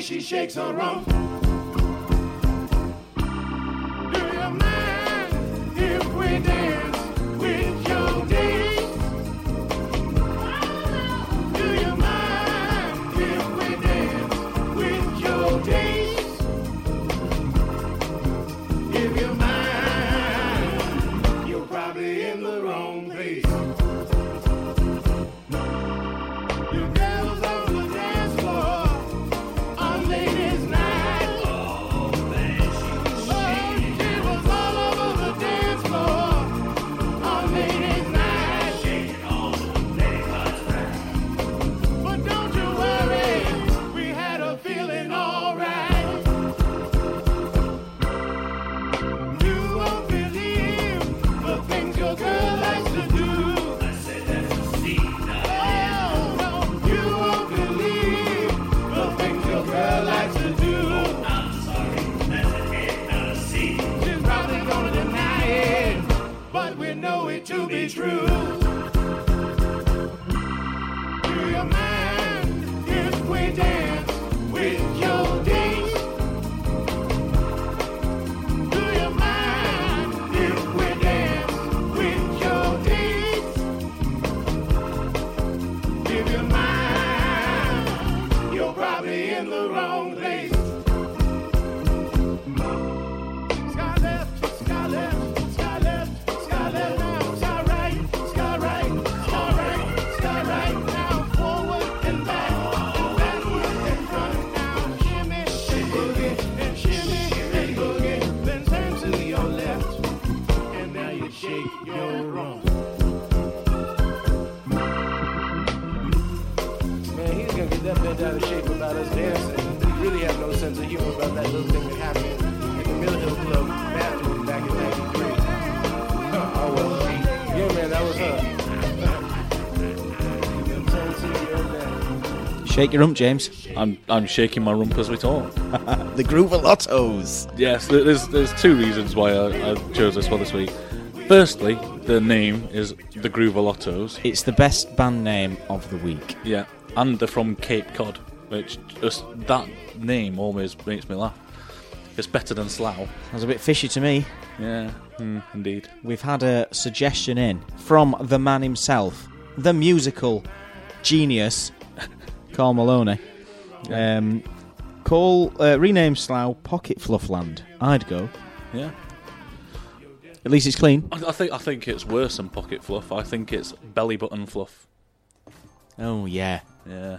Speaker 4: She shakes her rump. Do you mind if we dance with your days? Do you mind if we dance with your days? If you mind, you're probably in the wrong place. You girls on the dance floor on ladies' night. to be true. Do you mind if we dance with your days? Do you mind if we dance with your days? If you mind, you're probably in the wrong place. Sky left, sky left, sky left, sky left now. Sky right, sky right, sky right, sky right now. Forward and back, and backward and front now. Shimmy and boogie, and shimmy and boogie. Then turn to your left, and now you shake your rump. Man, he's gonna get that bent out of shape about us dancing. He really have no sense of humor about that little thing that happened at the Mill Hill Club bathroom back in 93. oh, well. Yeah, man, that was uh, her.
Speaker 2: Shake your rump, James.
Speaker 3: I'm I'm shaking my rump as we talk.
Speaker 2: the Groovalottos.
Speaker 3: Yes, there- there's there's two reasons why I, I chose this one this week. Firstly, the name is the Groovalottos.
Speaker 2: It's the best band name of the week.
Speaker 3: Yeah, and they're from Cape Cod, which just that name always makes me laugh. It's better than Slough.
Speaker 2: That was a bit fishy to me.
Speaker 3: Yeah, mm, indeed.
Speaker 2: We've had a suggestion in from the man himself, the musical genius, Carl Maloney. Um, call uh, rename Slough Pocket Fluffland. I'd go.
Speaker 3: Yeah,
Speaker 2: At least it's clean.
Speaker 3: I, I think I think it's worse than pocket fluff. I think it's belly button fluff.
Speaker 2: Oh yeah,
Speaker 3: Yeah,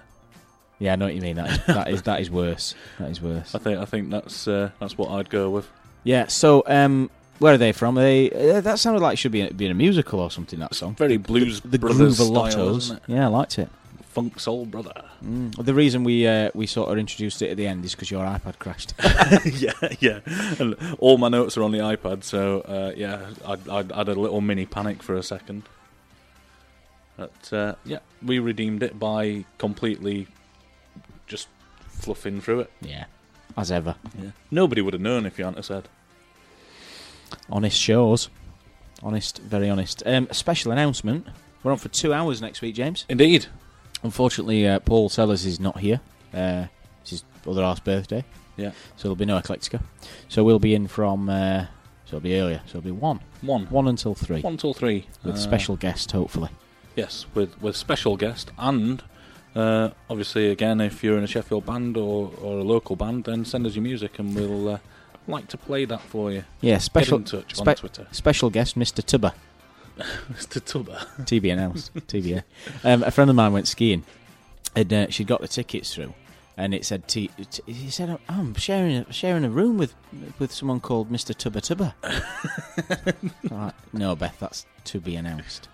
Speaker 2: yeah. I know what you mean. That is that is, that is worse. That is worse.
Speaker 3: I think I think that's uh, that's what I'd go with.
Speaker 2: Yeah. So, um, where are they from? Are they uh, that sounded like it should be in, be in a musical or something. That song.
Speaker 3: Very blues
Speaker 2: The
Speaker 3: brothers style,
Speaker 2: Groovalottos.
Speaker 3: isn't it? Mm.
Speaker 2: Yeah, I liked it.
Speaker 3: funk soul brother.
Speaker 2: The reason we uh, we sort of introduced it at the end is because your iPad crashed.
Speaker 3: yeah, yeah. And all my notes are on the iPad, so uh, yeah, I, I had a little mini panic for a second. But uh, yeah, we redeemed it by completely just fluffing through it.
Speaker 2: yeah, as ever.
Speaker 3: Yeah. Nobody would have known if you hadn't have said.
Speaker 2: Honest shows, honest, very honest. Um, special announcement: We're on for two hours next week, James.
Speaker 3: Indeed.
Speaker 2: Unfortunately, uh, Paul Sellers is not here. Uh, it's his other half's birthday,
Speaker 3: Yeah.
Speaker 2: so there'll be no Eclectica. So we'll be in from. Uh, so it'll be earlier. So it'll be one,
Speaker 3: One.
Speaker 2: one Ah. until three,
Speaker 3: One till three.
Speaker 2: with
Speaker 3: Uh,
Speaker 2: special guest, hopefully.
Speaker 3: Yes, with, with special guest and. Uh, obviously, again, if you're in a Sheffield band or, or a local band, then send us your music and we'll uh, like to play that for you.
Speaker 2: Yeah, special
Speaker 3: Get in touch on
Speaker 2: spe-
Speaker 3: Twitter.
Speaker 2: special guest, Mr. Tubber.
Speaker 3: Mr. Tubber.
Speaker 2: TB announced. TBA. Um, a friend of mine went skiing, and uh, she got the tickets through, and it said, t- t- "He said "Oh, I'm sharing a, sharing a room with with someone called Mister Tubba Tubba." I'm like, no, Beth, that's to be announced.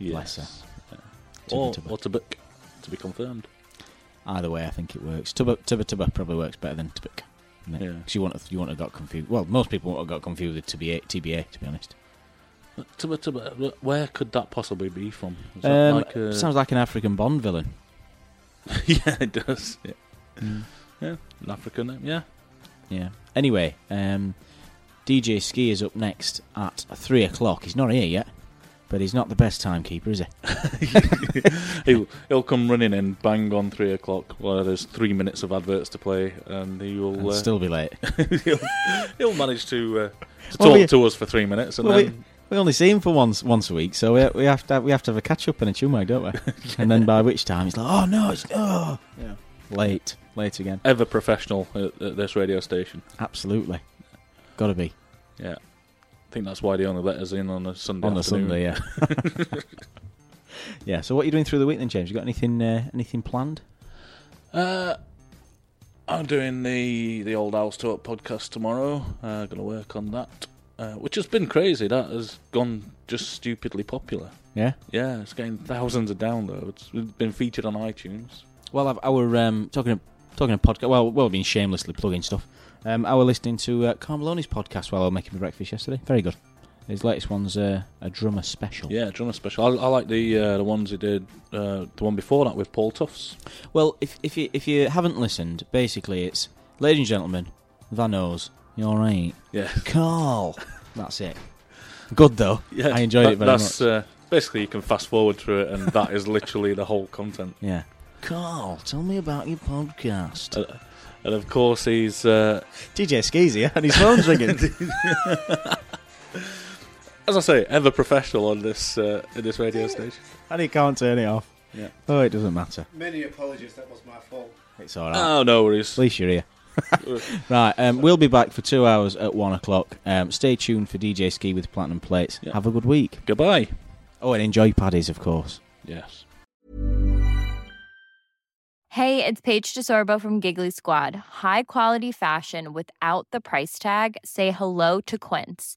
Speaker 2: Bless her. Tubber
Speaker 3: or,
Speaker 2: Tubber.
Speaker 3: or to book to be confirmed.
Speaker 2: Either way, I think it works. Tubba Tubba Tubba probably works better than Tubbick.
Speaker 3: Yeah.
Speaker 2: Because you wouldn't have, you wouldn't have got confused. Well, most people wouldn't have got confused with TBA. TBA, to be honest.
Speaker 3: Tubba Tubba, where could that possibly be from? Is that
Speaker 2: Um,
Speaker 3: like a-
Speaker 2: Sounds like an African Bond villain.
Speaker 3: yeah, it does. Yeah, Mm. yeah, an African name. Yeah,
Speaker 2: Yeah. Anyway, um, DJ Ski is up next at three o'clock. He's not here yet, but he's not the best timekeeper, is he?
Speaker 3: he'll he'll come running in, bang on three o'clock. Well, there's three minutes of adverts to play, and he
Speaker 2: And
Speaker 3: will uh,
Speaker 2: still be late.
Speaker 3: he'll, he'll manage to uh, to
Speaker 2: Well,
Speaker 3: talk
Speaker 2: we-
Speaker 3: to us for three minutes, and
Speaker 2: well, we,
Speaker 3: then
Speaker 2: we only see him for once once a week, so we, we have to have, we have to have a catch up and a chumag, don't we? And then by which time he's like, oh no, it's oh yeah. late, late again.
Speaker 3: ever professional at, at this radio station.
Speaker 2: Absolutely, got to be
Speaker 3: Yeah, I think that's why they only let us in on a Sunday.
Speaker 2: on a
Speaker 3: afternoon.
Speaker 2: Sunday, yeah. yeah. So what are you doing through the week then, James? You got anything uh, anything planned?
Speaker 3: Uh, I'm doing the the old Owls Talk podcast tomorrow. Uh, gonna work on that, uh, which has been crazy. That has gone just stupidly popular.
Speaker 2: Yeah.
Speaker 3: Yeah, it's getting thousands of downloads. It's been featured on iTunes.
Speaker 2: Well, I've, our um, talking talking of podcast. Well, well, being shamelessly plugging stuff. Um, I was listening to uh, Carl Maloney's podcast while I was making my breakfast yesterday. Very good. His latest one's uh, a drummer special.
Speaker 3: Yeah, drummer special. I, I like the uh, the ones he did. Uh, the one before that with Paul Tufts.
Speaker 2: Well, if if you if you haven't listened, basically it's ladies and gentlemen, Vanos, you're right,
Speaker 3: Yeah,
Speaker 2: Carl. That's it. Good though. I enjoyed
Speaker 3: that-
Speaker 2: it very
Speaker 3: that's,
Speaker 2: much.
Speaker 3: Uh, basically, you can fast forward through it, and that is literally the whole content.
Speaker 2: Yeah. uh, Carl, tell me about your podcast.
Speaker 3: Uh, and of course, he's uh,
Speaker 2: DJ Skeezy, and his phone's ringing.
Speaker 3: as I say, ever professional on this uh, in this radio station.
Speaker 2: and he can't turn it off.
Speaker 3: Yeah.
Speaker 2: Oh, it doesn't matter.
Speaker 5: Many apologies, that was my fault.
Speaker 2: It's all right.
Speaker 3: Oh no worries.
Speaker 2: At least you're here. right, um, we'll be back for two hours at one o'clock. Um, stay tuned for DJ Ski with Platinum Plates. Have a good week.
Speaker 3: Goodbye.
Speaker 2: Oh, and enjoy Paddy's, of course.
Speaker 3: Yes.
Speaker 4: Hey, it's Paige DeSorbo from Giggly Squad. High quality fashion without the price tag. Say hello to Quince.